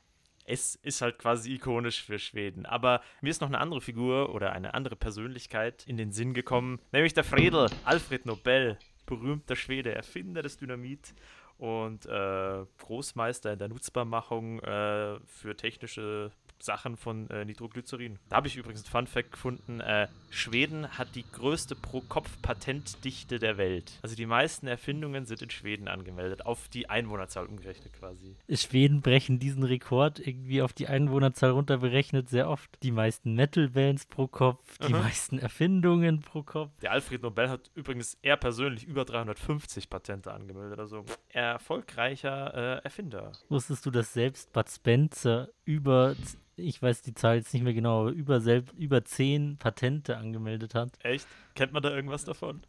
Speaker 2: es ist halt quasi ikonisch für Schweden. Aber mir ist noch eine andere Figur oder eine andere Persönlichkeit in den Sinn gekommen, nämlich der Fredel, Alfred Nobel, berühmter Schwede, Erfinder des Dynamit und äh, Großmeister in der Nutzbarmachung äh, für technische Sachen von äh, Nitroglycerin. Da habe ich übrigens einen Fun Fact gefunden. Äh, Schweden hat die größte Pro-Kopf-Patentdichte der Welt. Also die meisten Erfindungen sind in Schweden angemeldet, auf die Einwohnerzahl umgerechnet quasi.
Speaker 1: Schweden brechen diesen Rekord irgendwie auf die Einwohnerzahl runter berechnet sehr oft. Die meisten Metal-Bands pro Kopf, die
Speaker 2: Aha.
Speaker 1: meisten Erfindungen pro Kopf.
Speaker 2: Der Alfred Nobel hat übrigens er persönlich über 350 Patente angemeldet. Also erfolgreicher äh, Erfinder.
Speaker 1: Wusstest du, dass selbst Bud Spencer über, z- ich weiß die Zahl jetzt nicht mehr genau, aber über, selb, über zehn Patente angemeldet hat?
Speaker 2: Echt? Kennt man da irgendwas davon?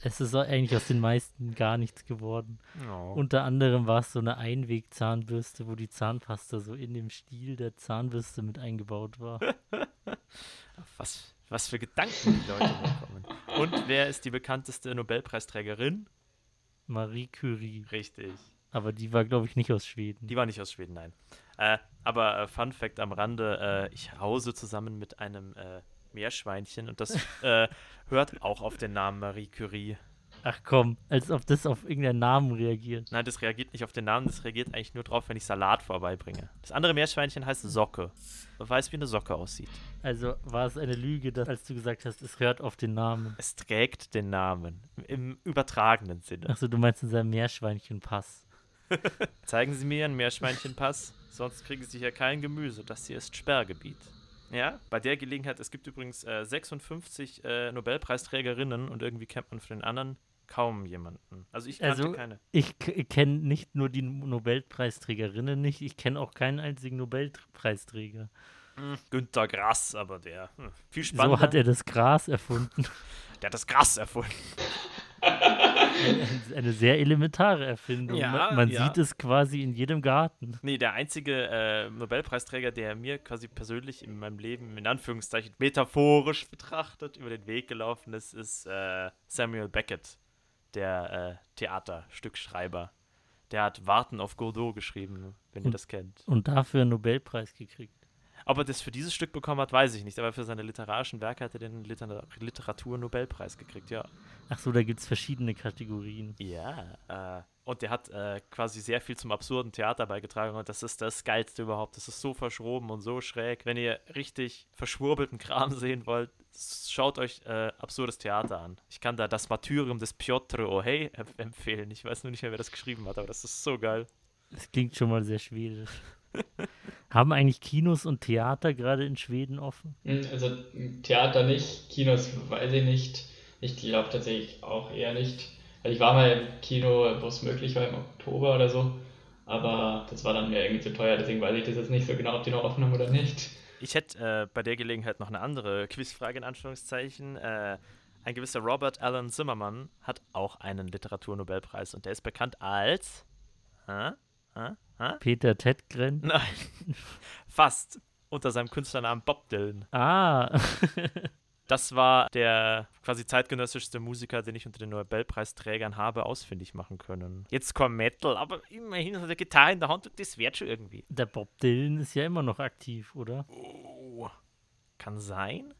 Speaker 1: Es ist eigentlich aus den meisten gar nichts geworden.
Speaker 2: Und
Speaker 1: Unter anderem war es so eine Einwegzahnbürste, wo die Zahnpasta so in dem Stiel der Zahnbürste mit eingebaut war.
Speaker 2: was, was für Gedanken die Leute bekommen. Und wer ist die bekannteste Nobelpreisträgerin?
Speaker 1: Marie Curie.
Speaker 2: Richtig.
Speaker 1: Aber die war, glaube ich, nicht aus Schweden.
Speaker 2: Die war nicht aus Schweden, nein. Äh, aber äh, Fun Fact am Rande: äh, Ich hause zusammen mit einem äh, Meerschweinchen und das äh, hört auch auf den Namen Marie Curie.
Speaker 1: Ach komm, als ob das auf irgendeinen Namen reagiert.
Speaker 2: Nein, das reagiert nicht auf den Namen, das reagiert eigentlich nur drauf, wenn ich Salat vorbeibringe. Das andere Meerschweinchen heißt Socke. Man weiß, wie eine Socke aussieht.
Speaker 1: Also war es eine Lüge, dass, als du gesagt hast, es hört auf den Namen.
Speaker 2: Es trägt den Namen. Im übertragenen Sinne.
Speaker 1: Achso, du meinst in seinem Meerschweinchenpass.
Speaker 2: Zeigen Sie mir Ihren Meerschweinchenpass, sonst kriegen Sie hier kein Gemüse. Das hier ist Sperrgebiet. Ja, bei der Gelegenheit, es gibt übrigens äh, 56 äh, Nobelpreisträgerinnen und irgendwie kennt man von den anderen kaum jemanden. Also ich kannte
Speaker 1: Also-
Speaker 2: keine.
Speaker 1: Ich kenne nicht nur die Nobelpreisträgerinnen nicht, ich kenne auch keinen einzigen Nobelpreisträger.
Speaker 2: Hm, Günter Grass, aber der. Hm, viel spannender.
Speaker 1: So hat er das Gras erfunden.
Speaker 2: der hat das Gras erfunden.
Speaker 1: Eine sehr elementare Erfindung. ne?
Speaker 2: Ja,
Speaker 1: man man
Speaker 2: ja.
Speaker 1: sieht es quasi in jedem Garten.
Speaker 2: Nee, der einzige äh, Nobelpreisträger, der mir quasi persönlich in meinem Leben, in Anführungszeichen, metaphorisch betrachtet, über den Weg gelaufen ist, ist äh, Samuel Beckett, der äh, Theaterstückschreiber. Der hat Warten auf Godot geschrieben, wenn ihr das kennt.
Speaker 1: Und dafür einen Nobelpreis gekriegt.
Speaker 2: Ob er das für dieses Stück bekommen hat, weiß ich nicht, aber für seine literarischen Werke hat er den Liter Literatur-Nobelpreis gekriegt, ja.
Speaker 1: Achso, da gibt es verschiedene Kategorien.
Speaker 2: Ja. Äh, und der hat äh, quasi sehr viel zum absurden Theater beigetragen und das ist das Geilste überhaupt. Das ist so verschroben und so schräg. Wenn ihr richtig verschwurbelten Kram sehen wollt, s- schaut euch äh, absurdes Theater an. Ich kann da das Martyrium des Piotr Ohey emp- empfehlen. Ich weiß nur nicht mehr, wer das geschrieben hat, aber das ist so geil.
Speaker 1: Das klingt schon mal sehr schwedisch. Haben eigentlich Kinos und Theater gerade in Schweden offen?
Speaker 3: Hm, Also Theater nicht, Kinos weiß ich nicht. Ich glaube tatsächlich auch eher nicht. Also ich war mal im Kino, wo es möglich war, im Oktober oder so. Aber das war dann mir irgendwie zu teuer, deswegen weiß ich das jetzt nicht so genau, ob die noch offen haben oder nicht.
Speaker 2: Ich hätte äh, bei der Gelegenheit noch eine andere Quizfrage in Anführungszeichen. Äh, ein gewisser Robert Allen Zimmermann hat auch einen Literaturnobelpreis und der ist bekannt als. äh, Hä? Hä? Hä?
Speaker 1: Peter Tedgren?
Speaker 2: Nein. Fast. Unter seinem Künstlernamen Bob Dylan.
Speaker 1: Ah,
Speaker 2: Das war der quasi zeitgenössischste Musiker, den ich unter den Nobelpreisträgern habe ausfindig machen können. Jetzt kommt Metal, aber immerhin hat er Gitarre in der Hand und das wert schon irgendwie.
Speaker 1: der Bob Dylan ist ja immer noch aktiv, oder?
Speaker 2: Oh. Kann sein.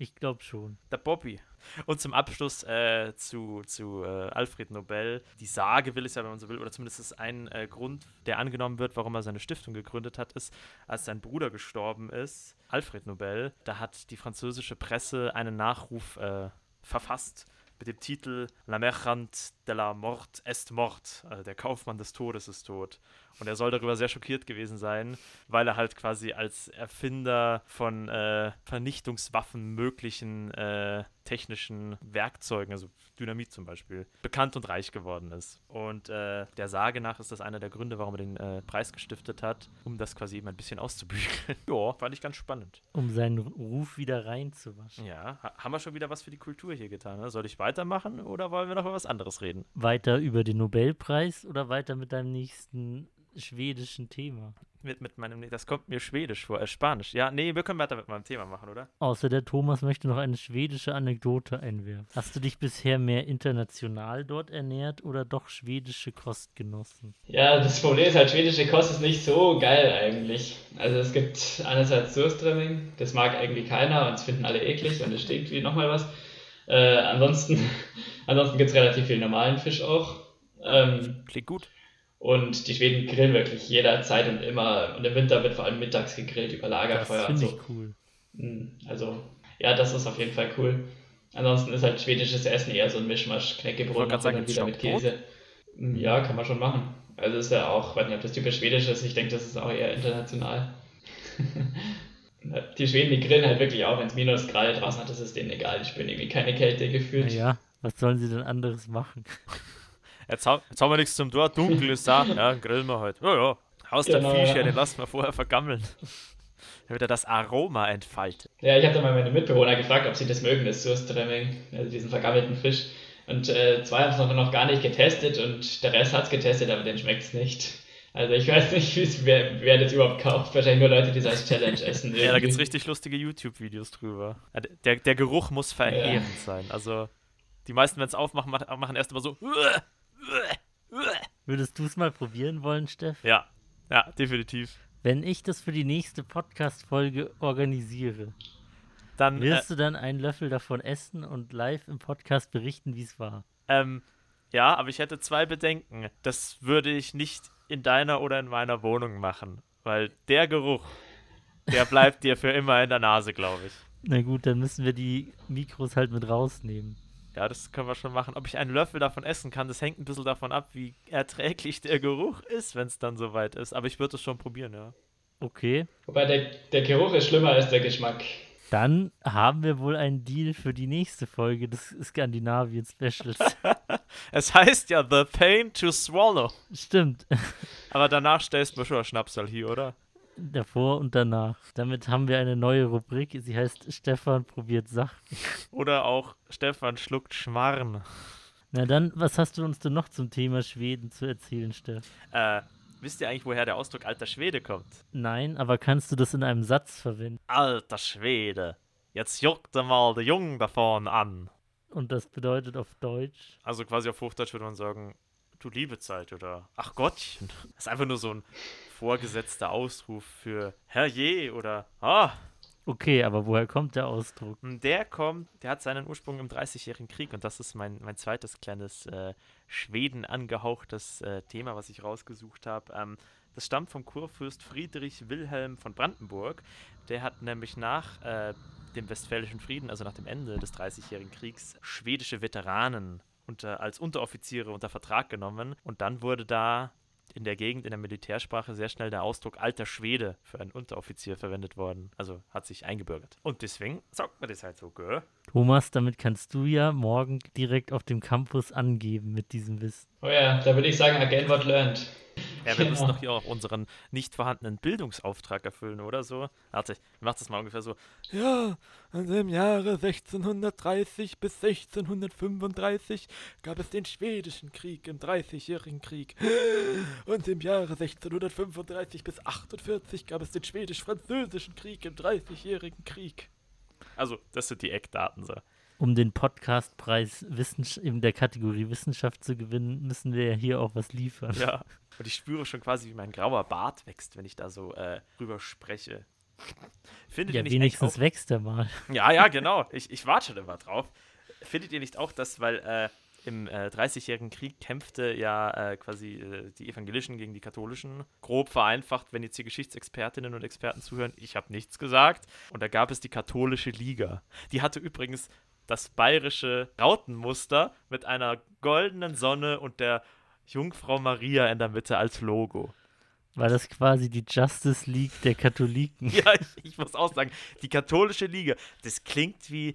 Speaker 1: Ich glaube schon.
Speaker 2: Der Bobby. Und zum Abschluss äh, zu, zu äh, Alfred Nobel. Die Sage will es ja, wenn man so will, oder zumindest ist ein äh, Grund, der angenommen wird, warum er seine Stiftung gegründet hat, ist, als sein Bruder gestorben ist, Alfred Nobel, da hat die französische Presse einen Nachruf äh, verfasst mit dem Titel La Merchant de la Mort est Mort, also der Kaufmann des Todes ist tot. Und er soll darüber sehr schockiert gewesen sein, weil er halt quasi als Erfinder von äh, Vernichtungswaffen möglichen äh, technischen Werkzeugen, also Dynamit zum Beispiel, bekannt und reich geworden ist. Und äh, der Sage nach ist das einer der Gründe, warum er den äh, Preis gestiftet hat, um das quasi eben ein bisschen auszubügeln. ja, fand ich ganz spannend.
Speaker 1: Um seinen Ruf wieder reinzuwaschen.
Speaker 2: Ja, ha haben wir schon wieder was für die Kultur hier getan. Ne? Soll ich weitermachen oder wollen wir noch über was anderes reden?
Speaker 1: Weiter über den Nobelpreis oder weiter mit deinem nächsten schwedischen Thema?
Speaker 2: Mit, mit meinem, nee, das kommt mir schwedisch vor, äh, spanisch. Ja, nee, wir können weiter mit meinem Thema machen, oder?
Speaker 1: Außer der Thomas möchte noch eine schwedische Anekdote einwerfen. Hast du dich bisher mehr international dort ernährt oder doch schwedische Kost genossen?
Speaker 3: Ja, das Problem ist halt, schwedische Kost ist nicht so geil eigentlich. Also es gibt einerseits Surströmming, das mag irgendwie keiner und es finden alle eklig und es stinkt wie nochmal was. Äh, ansonsten ansonsten gibt es relativ viel normalen Fisch auch. Ähm,
Speaker 2: Klingt gut.
Speaker 3: Und die Schweden grillen wirklich jederzeit und immer. Und im Winter wird vor allem mittags gegrillt über
Speaker 1: Das
Speaker 3: Lagerfeuer und
Speaker 1: finde
Speaker 2: also,
Speaker 3: so.
Speaker 1: ich cool.
Speaker 3: Mm, Also, ja, das ist auf jeden Fall cool. Ansonsten ist halt schwedisches Essen eher so ein Mischmasch,
Speaker 2: Ich wollte
Speaker 3: Knäckebrot
Speaker 2: gerade
Speaker 3: machen
Speaker 2: sagen,
Speaker 3: und
Speaker 2: gibt's
Speaker 3: wieder mit
Speaker 2: Stockbrot?
Speaker 3: Käse. Mm, Ja, kann man schon machen. Also ist ja auch, weiß nicht, ob das typisch schwedisch ist, ich denke, das ist auch eher international. Die Schweden, die grillen halt wirklich auch, wenn es Minusgrade draußen hat, das ist denen egal, die spüren irgendwie keine Kälte gefühlt.
Speaker 1: Naja, was sollen sie denn anderes machen?
Speaker 2: Jetzt, hau, jetzt haben wir nichts zum Tor, dunkel ist da. Ja, grillen wir halt. Ja, ja. Aus der
Speaker 3: Genau,
Speaker 2: Fisch,
Speaker 3: ja.
Speaker 2: ja, den lassen wir vorher vergammeln. Damit er das Aroma entfaltet.
Speaker 3: Ja, ich habe dann mal meine Mitbewohner gefragt, ob sie das mögen, das Surströmming, also diesen vergammelten Fisch. Und äh, zwei haben es noch, noch gar nicht getestet und der Rest hat es getestet, aber den schmeckt es nicht. Also ich weiß nicht, wie's- wer, wer das überhaupt kauft. Wahrscheinlich nur Leute, die es als Challenge essen.
Speaker 2: Ja, da gibt es
Speaker 3: irgendwie.
Speaker 2: richtig lustige YouTube-Videos drüber. Ja, d- Der, der Geruch muss verheerend sein. Also, die meisten, wenn es aufmachen, mach- machen erst immer so. "Uah, uah, uah."
Speaker 1: Würdest du es mal probieren wollen, Steff?
Speaker 2: Ja, ja, definitiv.
Speaker 1: Wenn ich das für die nächste Podcast-Folge organisiere,
Speaker 2: Dann, äh,
Speaker 1: wirst du dann einen Löffel davon essen und live im Podcast berichten, wie es war.
Speaker 2: ähm, ja, aber ich hätte zwei Bedenken. Das würde ich nicht in deiner oder in meiner Wohnung machen, weil der Geruch, der bleibt dir für immer in der Nase, glaube ich.
Speaker 1: Na gut, dann müssen wir die Mikros halt mit rausnehmen.
Speaker 2: Ja, das können wir schon machen. Ob ich einen Löffel davon essen kann, das hängt ein bisschen davon ab, wie erträglich der Geruch ist, wenn es dann soweit ist. Aber ich würde es schon probieren, ja.
Speaker 1: Okay,
Speaker 3: Wobei der, der Geruch ist schlimmer als der Geschmack.
Speaker 1: dann haben wir wohl einen Deal für die nächste Folge des Skandinavien-Specials.
Speaker 2: Es heißt ja The Pain to Swallow.
Speaker 1: Stimmt.
Speaker 2: Aber danach stellst du mir schon ein Schnapsal hier, oder?
Speaker 1: Davor und danach. Damit haben wir eine neue Rubrik. Sie heißt Stefan probiert Sachen.
Speaker 2: Oder auch Stefan schluckt Schmarrn.
Speaker 1: Na dann, was hast du uns denn noch zum Thema Schweden zu erzählen, Steff?
Speaker 2: Äh, wisst ihr eigentlich, woher der Ausdruck alter Schwede kommt?
Speaker 1: Nein, aber kannst du das in einem Satz verwenden?
Speaker 2: Alter Schwede. Jetzt juckt er mal der Jungen da vorne an.
Speaker 1: Und das bedeutet auf Deutsch.
Speaker 2: Also quasi auf Hochdeutsch würde man sagen, du liebe Zeit oder ach Gottchen. Das ist einfach nur so ein vorgesetzter Ausruf für Herrje oder ah.
Speaker 1: Okay, aber woher kommt der Ausdruck?
Speaker 2: Und Der kommt, der hat seinen Ursprung im Dreißigjährigen Krieg und das ist mein, mein zweites kleines äh, Schweden angehauchtes äh, Thema, was ich rausgesucht habe. Ähm, das stammt vom Kurfürst Friedrich Wilhelm von Brandenburg. Der hat nämlich nach äh, dem Westfälischen Frieden, also nach dem Ende des Dreißigjährigen Kriegs, schwedische Veteranen unter, als Unteroffiziere unter Vertrag genommen und dann wurde da in der Gegend, in der Militärsprache sehr schnell der Ausdruck alter Schwede für einen Unteroffizier verwendet worden. Also hat sich eingebürgert. Und deswegen sagt man das halt so, gell?
Speaker 1: Thomas, damit kannst du ja morgen direkt auf dem Campus angeben mit diesem Wissen.
Speaker 3: Oh ja, da würde ich sagen, again what learned.
Speaker 2: Ja, wir müssen
Speaker 3: Genau.
Speaker 2: doch hier auch unseren nicht vorhandenen Bildungsauftrag erfüllen, oder so? Warte, ich mach das mal ungefähr so.
Speaker 4: Ja, also im Jahre 1630 bis 1635 gab es den Schwedischen Krieg im Dreißigjährigen Krieg. Und im Jahre 1635 bis 48 gab es den Schwedisch-Französischen Krieg im Dreißigjährigen Krieg.
Speaker 2: Also, das sind die Eckdaten, so.
Speaker 1: Um den Podcastpreis Wissens- in der Kategorie Wissenschaft zu gewinnen, müssen wir ja hier auch was liefern.
Speaker 2: Ja. Und ich spüre schon quasi, wie mein grauer Bart wächst, wenn ich da so äh, drüber spreche. Findet
Speaker 1: Ja,
Speaker 2: ihr nicht eigentlich auch,
Speaker 1: wenigstens wächst er mal.
Speaker 2: Ja, ja, genau. Ich, ich warte schon immer drauf. Findet ihr nicht auch, dass, weil äh, im äh, 30-jährigen Krieg kämpfte ja äh, quasi äh, die Evangelischen gegen die Katholischen? Grob vereinfacht, wenn jetzt hier Geschichtsexpertinnen und Experten zuhören, ich habe nichts gesagt. Und da gab es die Katholische Liga. Die hatte übrigens das bayerische Rautenmuster mit einer goldenen Sonne und der Jungfrau Maria in der Mitte als Logo.
Speaker 1: War das quasi die Justice League der Katholiken?
Speaker 2: Ja, ich, ich muss auch sagen, die katholische Liga, das klingt wie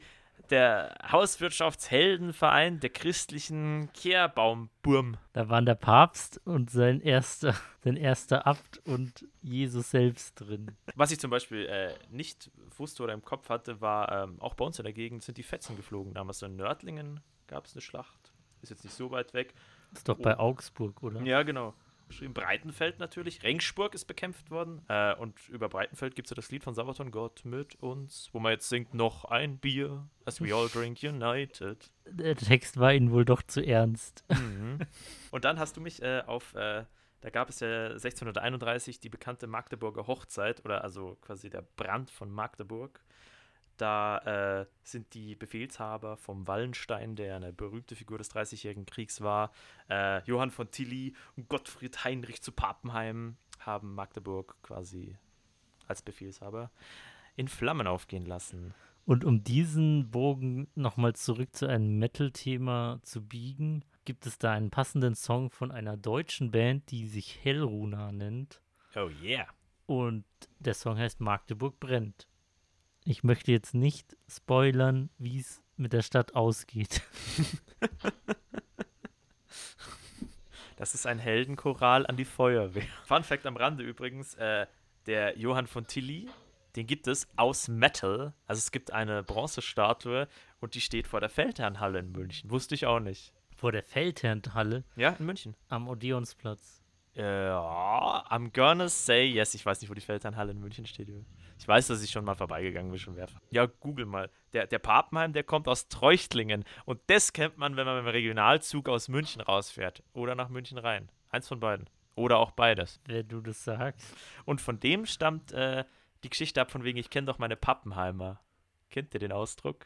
Speaker 2: der Hauswirtschaftsheldenverein der christlichen Kehrbaumburm.
Speaker 1: Da waren der Papst und sein erster, sein erster Abt und Jesus selbst drin.
Speaker 2: Was ich zum Beispiel äh, nicht wusste oder im Kopf hatte, war, ähm, auch bei uns in der Gegend sind die Fetzen geflogen. Damals in Nördlingen gab es eine Schlacht. Ist jetzt nicht so weit weg.
Speaker 1: Ist doch bei Augsburg, oder?
Speaker 2: Ja, genau. In Breitenfeld natürlich. Rengsburg ist bekämpft worden. Äh, und über Breitenfeld gibt es ja das Lied von Sabaton, Gott mit uns, wo man jetzt singt, noch ein Bier, as we all drink united.
Speaker 1: Der Text war ihnen wohl doch zu ernst.
Speaker 2: Und dann hast du mich äh, auf, äh, da gab es ja 1631 die bekannte Magdeburger Hochzeit oder also quasi der Brand von Magdeburg. Da äh, sind die Befehlshaber vom Wallenstein, der eine berühmte Figur des Dreißigjährigen Kriegs war, äh, Johann von Tilly und Gottfried Heinrich zu Papenheim, haben Magdeburg quasi als Befehlshaber in Flammen aufgehen lassen.
Speaker 1: Und um diesen Bogen nochmal zurück zu einem Metal-Thema zu biegen, gibt es da einen passenden Song von einer deutschen Band, die sich Hellruna nennt.
Speaker 2: Oh yeah.
Speaker 1: Und der Song heißt Magdeburg brennt. Ich möchte jetzt nicht spoilern, wie es mit der Stadt ausgeht.
Speaker 2: Das ist ein Heldenchoral an die Feuerwehr. Fun Fact am Rande übrigens: äh, der Johann von Tilly, den gibt es aus Metal. Also es gibt eine Bronzestatue und die steht vor der Feldherrnhalle in München. Wusste ich auch nicht.
Speaker 1: Vor der Feldherrnhalle
Speaker 2: Ja, in München.
Speaker 1: am Odeonsplatz.
Speaker 2: Äh, ja, I'm gonna say yes. Ich weiß nicht, wo die Feldherrnhalle in München steht. Ich weiß, dass ich schon mal vorbeigegangen bin, schon werfen. Ja, google mal. Der, der Papenheim, der kommt aus Treuchtlingen. Und das kennt man, wenn man mit dem Regionalzug aus München rausfährt. Oder nach München rein. Eins von beiden. Oder auch beides.
Speaker 1: Wenn du das sagst.
Speaker 2: Und von dem stammt äh, die Geschichte ab, von wegen, ich kenne doch meine Pappenheimer. Kennt ihr den Ausdruck?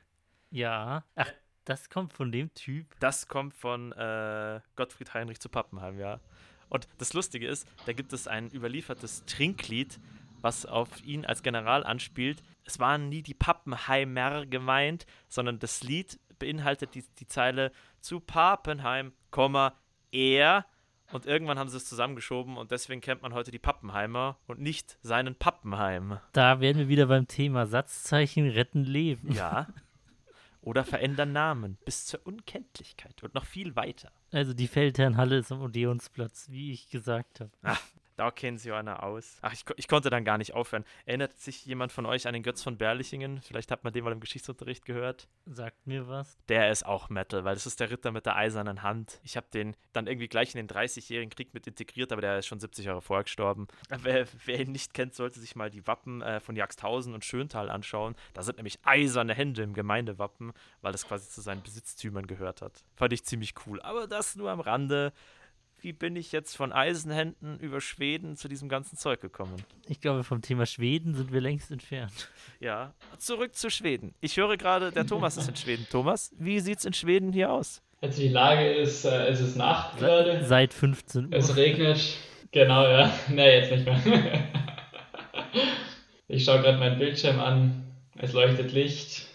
Speaker 1: Ja. Ach, das kommt von dem Typ.
Speaker 2: Das kommt von äh, Gottfried Heinrich zu Pappenheim, ja. Und das Lustige ist, da gibt es ein überliefertes Trinklied, was auf ihn als General anspielt. Es waren nie die Pappenheimer gemeint, sondern das Lied beinhaltet die, die Zeile zu Pappenheim, Komma, er. Und irgendwann haben sie es zusammengeschoben und deswegen kennt man heute die Pappenheimer und nicht seinen Pappenheim.
Speaker 1: Da wären wir wieder beim Thema Satzzeichen retten Leben.
Speaker 2: Ja. Oder verändern Namen bis zur Unkenntlichkeit und noch viel weiter.
Speaker 1: Also die Feldherrnhalle ist am Odeonsplatz, wie ich gesagt habe.
Speaker 2: Da kennt sich einer aus. Ach, ich, ko- ich konnte dann gar nicht aufhören. Erinnert sich jemand von euch an den Götz von Berlichingen? Vielleicht hat man den mal im Geschichtsunterricht gehört.
Speaker 1: Sagt mir was.
Speaker 2: Der ist auch Metal, weil das ist der Ritter mit der eisernen Hand. Ich habe den dann irgendwie gleich in den 30-jährigen Krieg mit integriert, aber der ist schon 70 Jahre vorher gestorben. Wer, wer ihn nicht kennt, sollte sich mal die Wappen äh, von Jagsthausen und Schöntal anschauen. Da sind nämlich eiserne Hände im Gemeindewappen, weil das quasi zu seinen Besitztümern gehört hat. Fand ich ziemlich cool. Aber das nur am Rande. Wie bin ich jetzt von Eisenhänden über Schweden zu diesem ganzen Zeug gekommen?
Speaker 1: Ich glaube, vom Thema Schweden sind wir längst entfernt.
Speaker 2: Ja, zurück zu Schweden. Ich höre gerade, der Thomas ist in Schweden. Thomas, wie sieht's in Schweden hier aus?
Speaker 3: Also die Lage ist, äh, es ist Nacht
Speaker 1: Se
Speaker 3: gerade,
Speaker 1: seit 15 Uhr.
Speaker 3: es regnet. Genau, ja. Ne, jetzt nicht mehr. ich schaue gerade meinen Bildschirm an, es leuchtet Licht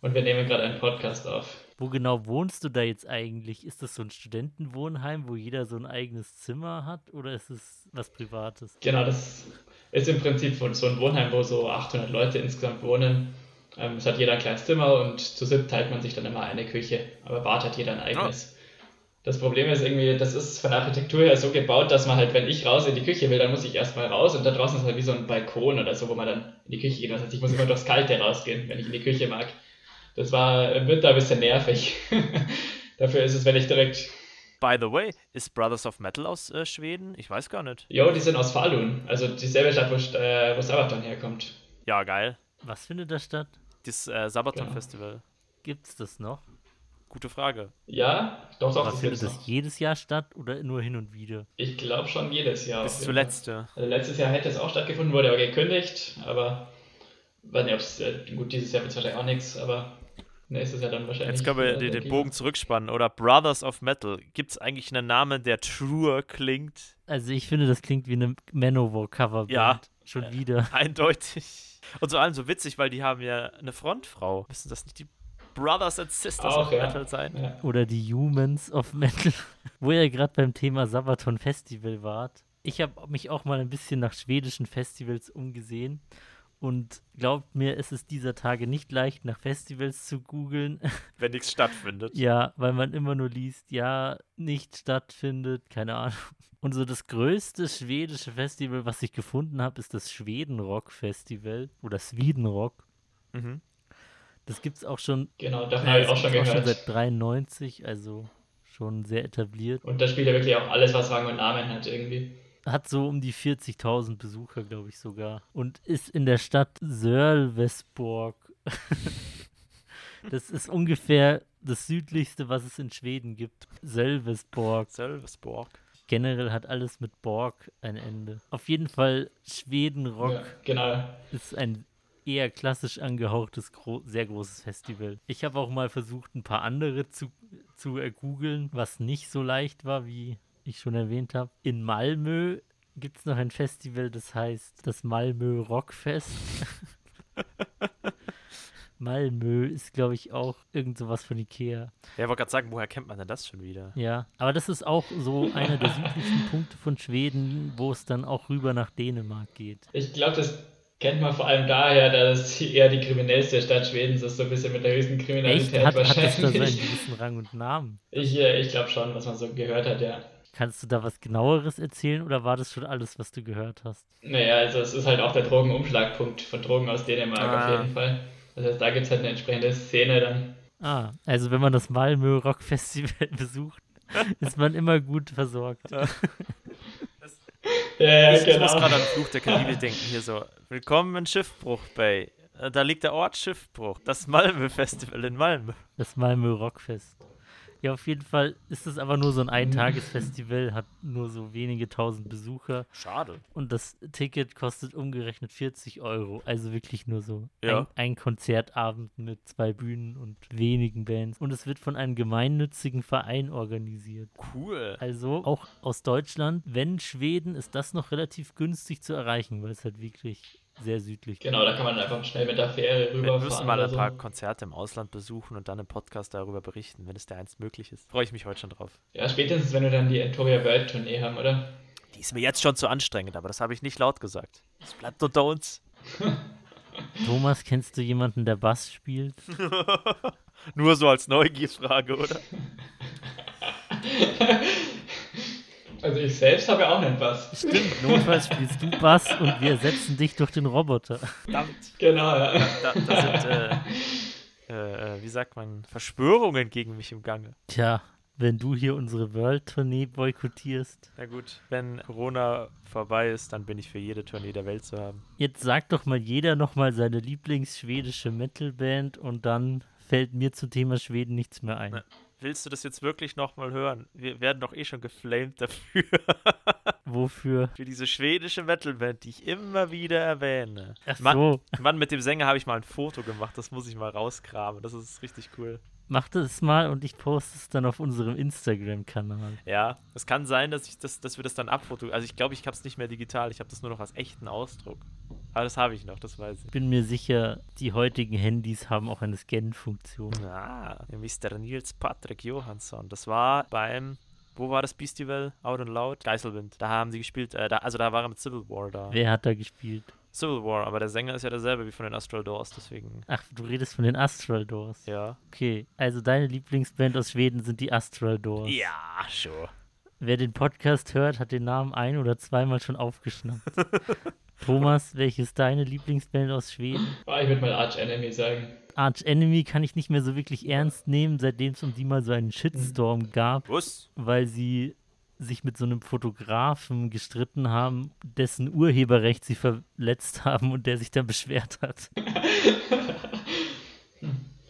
Speaker 3: und wir nehmen gerade einen Podcast auf.
Speaker 1: Wo genau wohnst du da jetzt eigentlich? Ist das so ein Studentenwohnheim, wo jeder so ein eigenes Zimmer hat oder ist es was Privates?
Speaker 3: Genau, das ist im Prinzip von so ein Wohnheim, wo so 800 Leute insgesamt wohnen. Ähm, es hat jeder ein kleines Zimmer und zu siebt teilt man sich dann immer eine Küche, aber Bad hat jeder ein eigenes. Das Problem ist irgendwie, das ist von der Architektur her so gebaut, dass man halt, wenn ich raus in die Küche will, dann muss ich erstmal raus und da draußen ist halt wie so ein Balkon oder so, wo man dann in die Küche geht. Das heißt, ich muss immer durchs Kalte rausgehen, wenn ich in die Küche mag. Das war im Winter ein bisschen nervig. Dafür ist es, wenn ich direkt.
Speaker 2: By the way, ist Brothers of Metal aus äh, Schweden? Ich weiß gar nicht.
Speaker 3: Jo, die sind aus Falun, also dieselbe Stadt, wo, St- äh, wo Sabaton herkommt.
Speaker 2: Ja, geil.
Speaker 1: Was findet da statt?
Speaker 2: Das äh, Sabaton
Speaker 3: Ja.
Speaker 2: Festival.
Speaker 1: Gibt's das noch?
Speaker 2: Gute Frage.
Speaker 3: Ja, doch, doch,
Speaker 1: Aber
Speaker 3: das
Speaker 1: findet
Speaker 3: gibt's
Speaker 1: das
Speaker 3: noch.
Speaker 1: jedes Jahr statt oder nur hin und wieder?
Speaker 3: Ich glaube schon jedes Jahr. auf
Speaker 2: Bis
Speaker 3: jeden
Speaker 2: zuletzt. ja.
Speaker 3: Fall. Also letztes Jahr hätte es auch stattgefunden, wurde aber gekündigt, aber weiß nicht, ob es äh, gut dieses Jahr wird wahrscheinlich auch nichts, aber nächstes Jahr dann wahrscheinlich.
Speaker 2: Jetzt können wir
Speaker 3: äh,
Speaker 2: den, den
Speaker 3: dagegen.
Speaker 2: Bogen zurückspannen. Oder Brothers of Metal. Gibt's eigentlich einen Namen, der truer klingt?
Speaker 1: Also ich finde, das klingt wie eine Manowar-Coverband.
Speaker 2: Ja.
Speaker 1: Schon wieder.
Speaker 2: Eindeutig. Und vor allem so witzig, weil die haben ja eine Frontfrau. Müssen das nicht die Brothers and Sisters
Speaker 3: Auch,
Speaker 2: of
Speaker 3: ja.
Speaker 2: Metal sein?
Speaker 3: Ah, Ja.
Speaker 1: Oder die Humans of Metal. Wo ihr gerade beim Thema Sabaton Festival wart. Ich habe mich auch mal ein bisschen nach schwedischen Festivals umgesehen. Und glaubt mir, es ist dieser Tage nicht leicht, nach Festivals zu googeln.
Speaker 2: Wenn nichts stattfindet.
Speaker 1: Ja, weil man immer nur liest, ja, nicht stattfindet, keine Ahnung. Und so das größte schwedische Festival, was ich gefunden habe, ist das Schwedenrock-Festival oder Swedenrock.
Speaker 2: Mhm.
Speaker 1: Das gibt es auch schon, äh,
Speaker 3: Genau, davon habe ich
Speaker 1: das
Speaker 3: auch schon
Speaker 1: gibt's
Speaker 3: gehört.
Speaker 1: seit 93, also schon sehr etabliert.
Speaker 3: Und da spielt ja wirklich auch alles, was Rang und Namen hat irgendwie.
Speaker 1: Hat so um die 40.000 Besucher, glaube ich sogar. Und ist in der Stadt Sörlvesborg. das ist ungefähr das südlichste, was es in Schweden gibt. Sölvesborg.
Speaker 2: Sölvesborg.
Speaker 1: Generell hat alles mit Borg ein Ende. Auf jeden Fall, Schwedenrock
Speaker 3: Ja, genau.
Speaker 1: ist ein eher klassisch angehauchtes, gro sehr großes Festival. Ich habe auch mal versucht, ein paar andere zu, zu äh, googeln, was nicht so leicht war, wie ich schon erwähnt habe. In Malmö gibt es noch ein Festival, das heißt das Malmö Rockfest. Malmö ist, glaube ich, auch irgend sowas von Ikea.
Speaker 2: Ja, ich wollte gerade sagen, woher kennt man denn das schon wieder?
Speaker 1: Ja, aber das ist auch so einer der südlichsten Punkte von Schweden, wo es dann auch rüber nach Dänemark geht.
Speaker 3: Ich glaube, das kennt man vor allem daher, dass sie eher die kriminellste Stadt Schwedens ist, so ein bisschen mit der höchsten
Speaker 1: Echt?
Speaker 3: Kriminalität
Speaker 1: Hat, hat das da seinen
Speaker 3: wahrscheinlich.
Speaker 1: gewissen Rang und Namen?
Speaker 3: ich äh, ich glaube schon, was man so gehört hat, ja.
Speaker 1: Kannst du da was genaueres erzählen oder war das schon alles, was du gehört hast?
Speaker 3: Naja, also es ist halt auch der Drogenumschlagpunkt von Drogen aus Dänemark
Speaker 2: Ah.
Speaker 3: auf jeden Fall. Das heißt, da gibt es halt eine entsprechende Szene dann.
Speaker 1: Ah, also wenn man das Malmö Rock Festival besucht, ist man immer gut versorgt.
Speaker 3: Ja, ja
Speaker 2: Ich, ich
Speaker 3: genau.
Speaker 2: muss gerade an Fluch der Karibik denken. Hier so, willkommen in Schiffbruch Bay. Äh, Da liegt der Ort Schiffbruch. Das Malmö-Festival in Malmö.
Speaker 1: Das Malmö Rockfest. Ja, auf jeden Fall ist es aber nur so ein Eintagesfestival, hat nur so wenige tausend Besucher
Speaker 2: Schade.
Speaker 1: und das Ticket kostet umgerechnet 40 Euro. Also wirklich nur so
Speaker 2: Ja.
Speaker 1: ein, ein Konzertabend mit zwei Bühnen und wenigen Bands. Und es wird von einem gemeinnützigen Verein organisiert.
Speaker 2: Cool.
Speaker 1: Also auch aus Deutschland, wenn Schweden, ist das noch relativ günstig zu erreichen, weil es halt wirklich sehr südlich ist.
Speaker 3: Genau, da kann man einfach schnell mit der Fähre
Speaker 2: Wir
Speaker 3: rüberfahren.
Speaker 2: müssen mal
Speaker 3: oder
Speaker 2: ein
Speaker 3: so.
Speaker 2: paar Konzerte im Ausland besuchen und dann im Podcast darüber berichten, wenn es der einst möglich ist. Freue ich mich heute schon drauf.
Speaker 3: Ja, spätestens, wenn wir dann die Entoria World Tournee haben, oder?
Speaker 2: Die ist mir jetzt schon zu anstrengend, aber das habe ich nicht laut gesagt. Es bleibt unter uns.
Speaker 1: Thomas, kennst du jemanden, der Bass spielt?
Speaker 2: Nur so als Neugierfrage, oder?
Speaker 3: Also ich selbst habe ja auch einen Bass.
Speaker 1: Stimmt, notfalls spielst du Bass und wir ersetzen dich durch den Roboter.
Speaker 2: Verdammt.
Speaker 3: Genau, ja.
Speaker 2: Da, da sind, äh, äh, äh, wie sagt man, Verschwörungen gegen mich im Gange.
Speaker 1: Tja, wenn du hier unsere World-Tournee boykottierst.
Speaker 2: Na gut, wenn Corona vorbei ist, dann bin ich für jede Tournee der Welt zu haben.
Speaker 1: Jetzt sagt doch mal jeder nochmal seine Lieblingsschwedische Metalband und dann fällt mir zum Thema Schweden nichts mehr ein.
Speaker 2: Ja. Willst du das jetzt wirklich nochmal hören? Wir werden doch eh schon geflamed dafür.
Speaker 1: Wofür?
Speaker 2: für diese schwedische Metalband, die ich immer wieder erwähne.
Speaker 1: Ach
Speaker 2: Mann,
Speaker 1: so,
Speaker 2: Mann, mit dem Sänger habe ich mal ein Foto gemacht, das muss ich mal rauskramen. Das ist richtig cool.
Speaker 1: mach das mal und ich poste es dann auf unserem Instagram-Kanal.
Speaker 2: Ja, es kann sein, dass, ich das, dass wir das dann abfotografieren. Also ich glaube, ich habe es nicht mehr digital, ich habe das nur noch als echten Ausdruck. Aber das habe ich noch, das weiß ich.
Speaker 1: bin mir sicher, die heutigen Handys haben auch eine Scan-Funktion.
Speaker 2: Ah, Mr. Nils Patrick Johansson. Das war beim, wo war das Beastival? Out and Loud? Geiselwind. Da haben sie gespielt, äh, da, also da war er mit Civil War da.
Speaker 1: Wer hat da gespielt?
Speaker 2: Civil War, aber der Sänger ist ja derselbe wie von den Astral Doors, deswegen.
Speaker 1: Ach, du redest von den Astral Doors.
Speaker 2: Ja.
Speaker 1: Okay, also deine Lieblingsband aus Schweden sind die Astral Doors.
Speaker 2: Ja, sure.
Speaker 1: Wer den Podcast hört, hat den Namen ein oder zweimal schon aufgeschnappt. Thomas, welche ist deine Lieblingsband aus Schweden?
Speaker 3: Ah, Ich würde mal Arch Enemy sagen.
Speaker 1: Arch Enemy kann ich nicht mehr so wirklich ernst nehmen, seitdem es um die mal so einen Shitstorm gab,
Speaker 2: Was?
Speaker 1: weil sie sich mit so einem Fotografen gestritten haben, dessen Urheberrecht sie verletzt haben und der sich dann beschwert hat.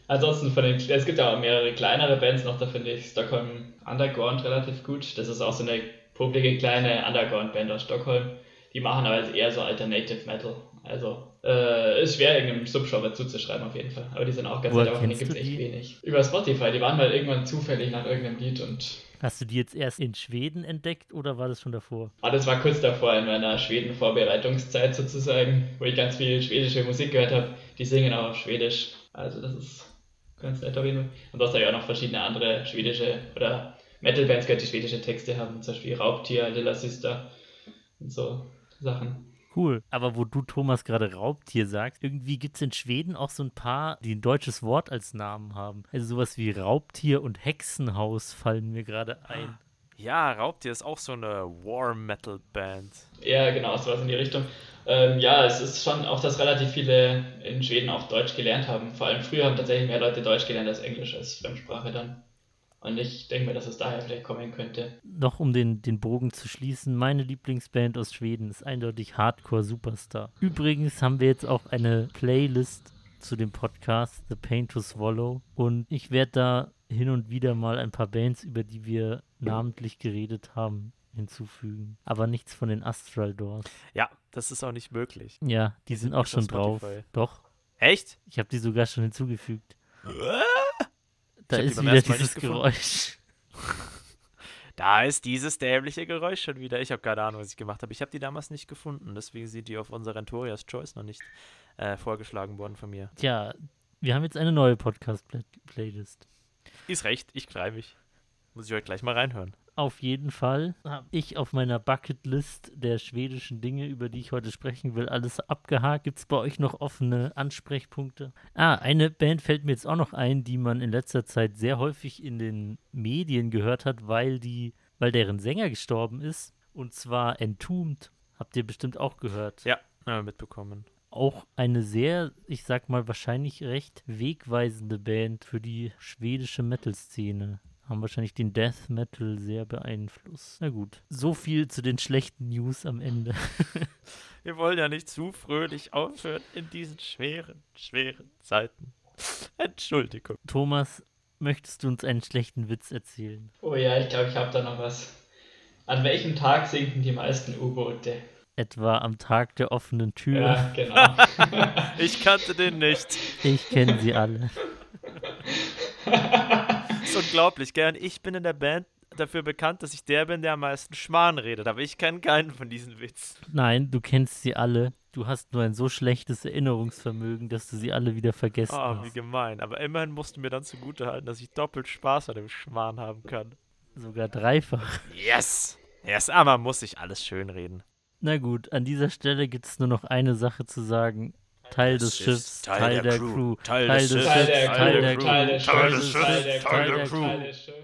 Speaker 3: Ansonsten von den, es gibt ja auch mehrere kleinere Bands noch, da finde ich Stockholm Underground relativ gut. Das ist auch so eine publige kleine Underground-Band aus Stockholm. Die machen aber jetzt eher so Alternative Metal. Also äh, ist schwer irgendeinem Subgenre zuzuschreiben auf jeden Fall. Aber die sind auch ganz
Speaker 1: Woher
Speaker 3: nett, aber von denen
Speaker 1: kennst
Speaker 3: gibt
Speaker 1: du
Speaker 3: es echt
Speaker 1: die?
Speaker 3: wenig. Über Spotify, die waren mal irgendwann zufällig nach irgendeinem Lied und
Speaker 1: Hast du die jetzt erst in Schweden entdeckt oder war das schon davor?
Speaker 3: Ah, das war kurz davor in meiner Schweden-Vorbereitungszeit sozusagen, wo ich ganz viel schwedische Musik gehört habe. Die singen auch auf Schwedisch. Also das ist ganz nett auf jeden Fall. Und sonst habe ich auch noch verschiedene andere schwedische oder Metal-Bands gehört, die schwedische Texte haben. Zum Beispiel Raubtier, Lilla Sister und so Sachen.
Speaker 1: Cool. Aber wo du, Thomas, gerade Raubtier sagst, irgendwie gibt es in Schweden auch so ein paar, die ein deutsches Wort als Namen haben. Also sowas wie Raubtier und Hexenhaus fallen mir gerade ein.
Speaker 2: Ja, Raubtier ist auch so eine War-Metal-Band.
Speaker 3: Ja, genau, sowas in die Richtung. Ähm, ja, es ist schon auch, dass relativ viele in Schweden auch Deutsch gelernt haben. Vor allem früher haben tatsächlich mehr Leute Deutsch gelernt als Englisch als Fremdsprache dann. Und ich denke mir, dass es daher vielleicht kommen könnte.
Speaker 1: Noch um den, den Bogen zu schließen, meine Lieblingsband aus Schweden ist eindeutig Hardcore Superstar. Übrigens haben wir jetzt auch eine Playlist zu dem Podcast The Pain to Swallow und ich werde da hin und wieder mal ein paar Bands, über die wir namentlich geredet haben, hinzufügen. Aber nichts von den Astral Doors.
Speaker 2: Ja, Das ist auch nicht möglich.
Speaker 1: Ja, die sind auch
Speaker 2: nicht auf
Speaker 1: schon drauf.
Speaker 2: Spotify.
Speaker 1: Doch,
Speaker 2: Echt?
Speaker 1: ich habe die sogar schon hinzugefügt. Da
Speaker 2: hab die
Speaker 1: ist
Speaker 2: beim
Speaker 1: wieder
Speaker 2: ersten Mal
Speaker 1: dieses
Speaker 2: nicht gefunden.
Speaker 1: Geräusch.
Speaker 2: Da ist dieses dämliche Geräusch schon wieder. Ich habe keine Ahnung, was ich gemacht habe. Ich habe die damals nicht gefunden. Deswegen sind die auf unserer Rentorias Choice noch nicht äh, vorgeschlagen worden von mir.
Speaker 1: Tja, wir haben jetzt eine neue Podcast-Playlist.
Speaker 2: Ist recht, ich greife mich. Muss ich heute gleich mal reinhören.
Speaker 1: Auf jeden Fall habe ich auf meiner Bucketlist der schwedischen Dinge, über die ich heute sprechen will, alles abgehakt. Gibt es bei euch noch offene Ansprechpunkte? Ah, eine Band fällt mir jetzt auch noch ein, die man in letzter Zeit sehr häufig in den Medien gehört hat, weil die, weil deren Sänger gestorben ist. Und zwar Entombed. Habt ihr bestimmt auch gehört.
Speaker 2: Ja, haben wir mitbekommen.
Speaker 1: auch eine sehr, ich sag mal wahrscheinlich recht wegweisende Band für die schwedische Metal-Szene. Haben wahrscheinlich den Death Metal sehr beeinflusst. Na gut. So viel zu den schlechten News am Ende.
Speaker 2: Wir wollen ja nicht zu fröhlich aufhören in diesen schweren, schweren Zeiten. Entschuldigung.
Speaker 1: Thomas, möchtest du uns einen schlechten Witz erzählen?
Speaker 3: Oh ja, ich glaube, ich habe da noch was. An welchem Tag sinken die meisten U-Boote?
Speaker 1: Etwa am Tag der offenen Tür.
Speaker 3: Ja, genau.
Speaker 2: Ich kannte den nicht.
Speaker 1: Ich kenne sie alle.
Speaker 2: Ist unglaublich, gern. Ich bin in der Band dafür bekannt, dass ich der bin, der am meisten Schmarrn redet. Aber ich kenne keinen von diesen Witz.
Speaker 1: Nein, du kennst sie alle. Du hast nur ein so schlechtes Erinnerungsvermögen, dass du sie alle wieder vergessen
Speaker 2: Oh, wie
Speaker 1: hast.
Speaker 2: gemein. Aber immerhin mussten mir dann zugutehalten, dass ich doppelt Spaß an dem Schmarrn haben kann.
Speaker 1: Sogar dreifach.
Speaker 2: Yes! Yes, aber muss ich alles schönreden.
Speaker 1: Na gut, an dieser Stelle gibt es nur noch eine Sache zu sagen. Teil des Schiffs, Teil, der, Crew,
Speaker 2: Teil des Schiffs,
Speaker 3: Teil der
Speaker 2: Teil
Speaker 3: Crew, Teil des Schiffes, Teil der Crew,
Speaker 1: Teil der Crew.
Speaker 3: Teil des Schiffes.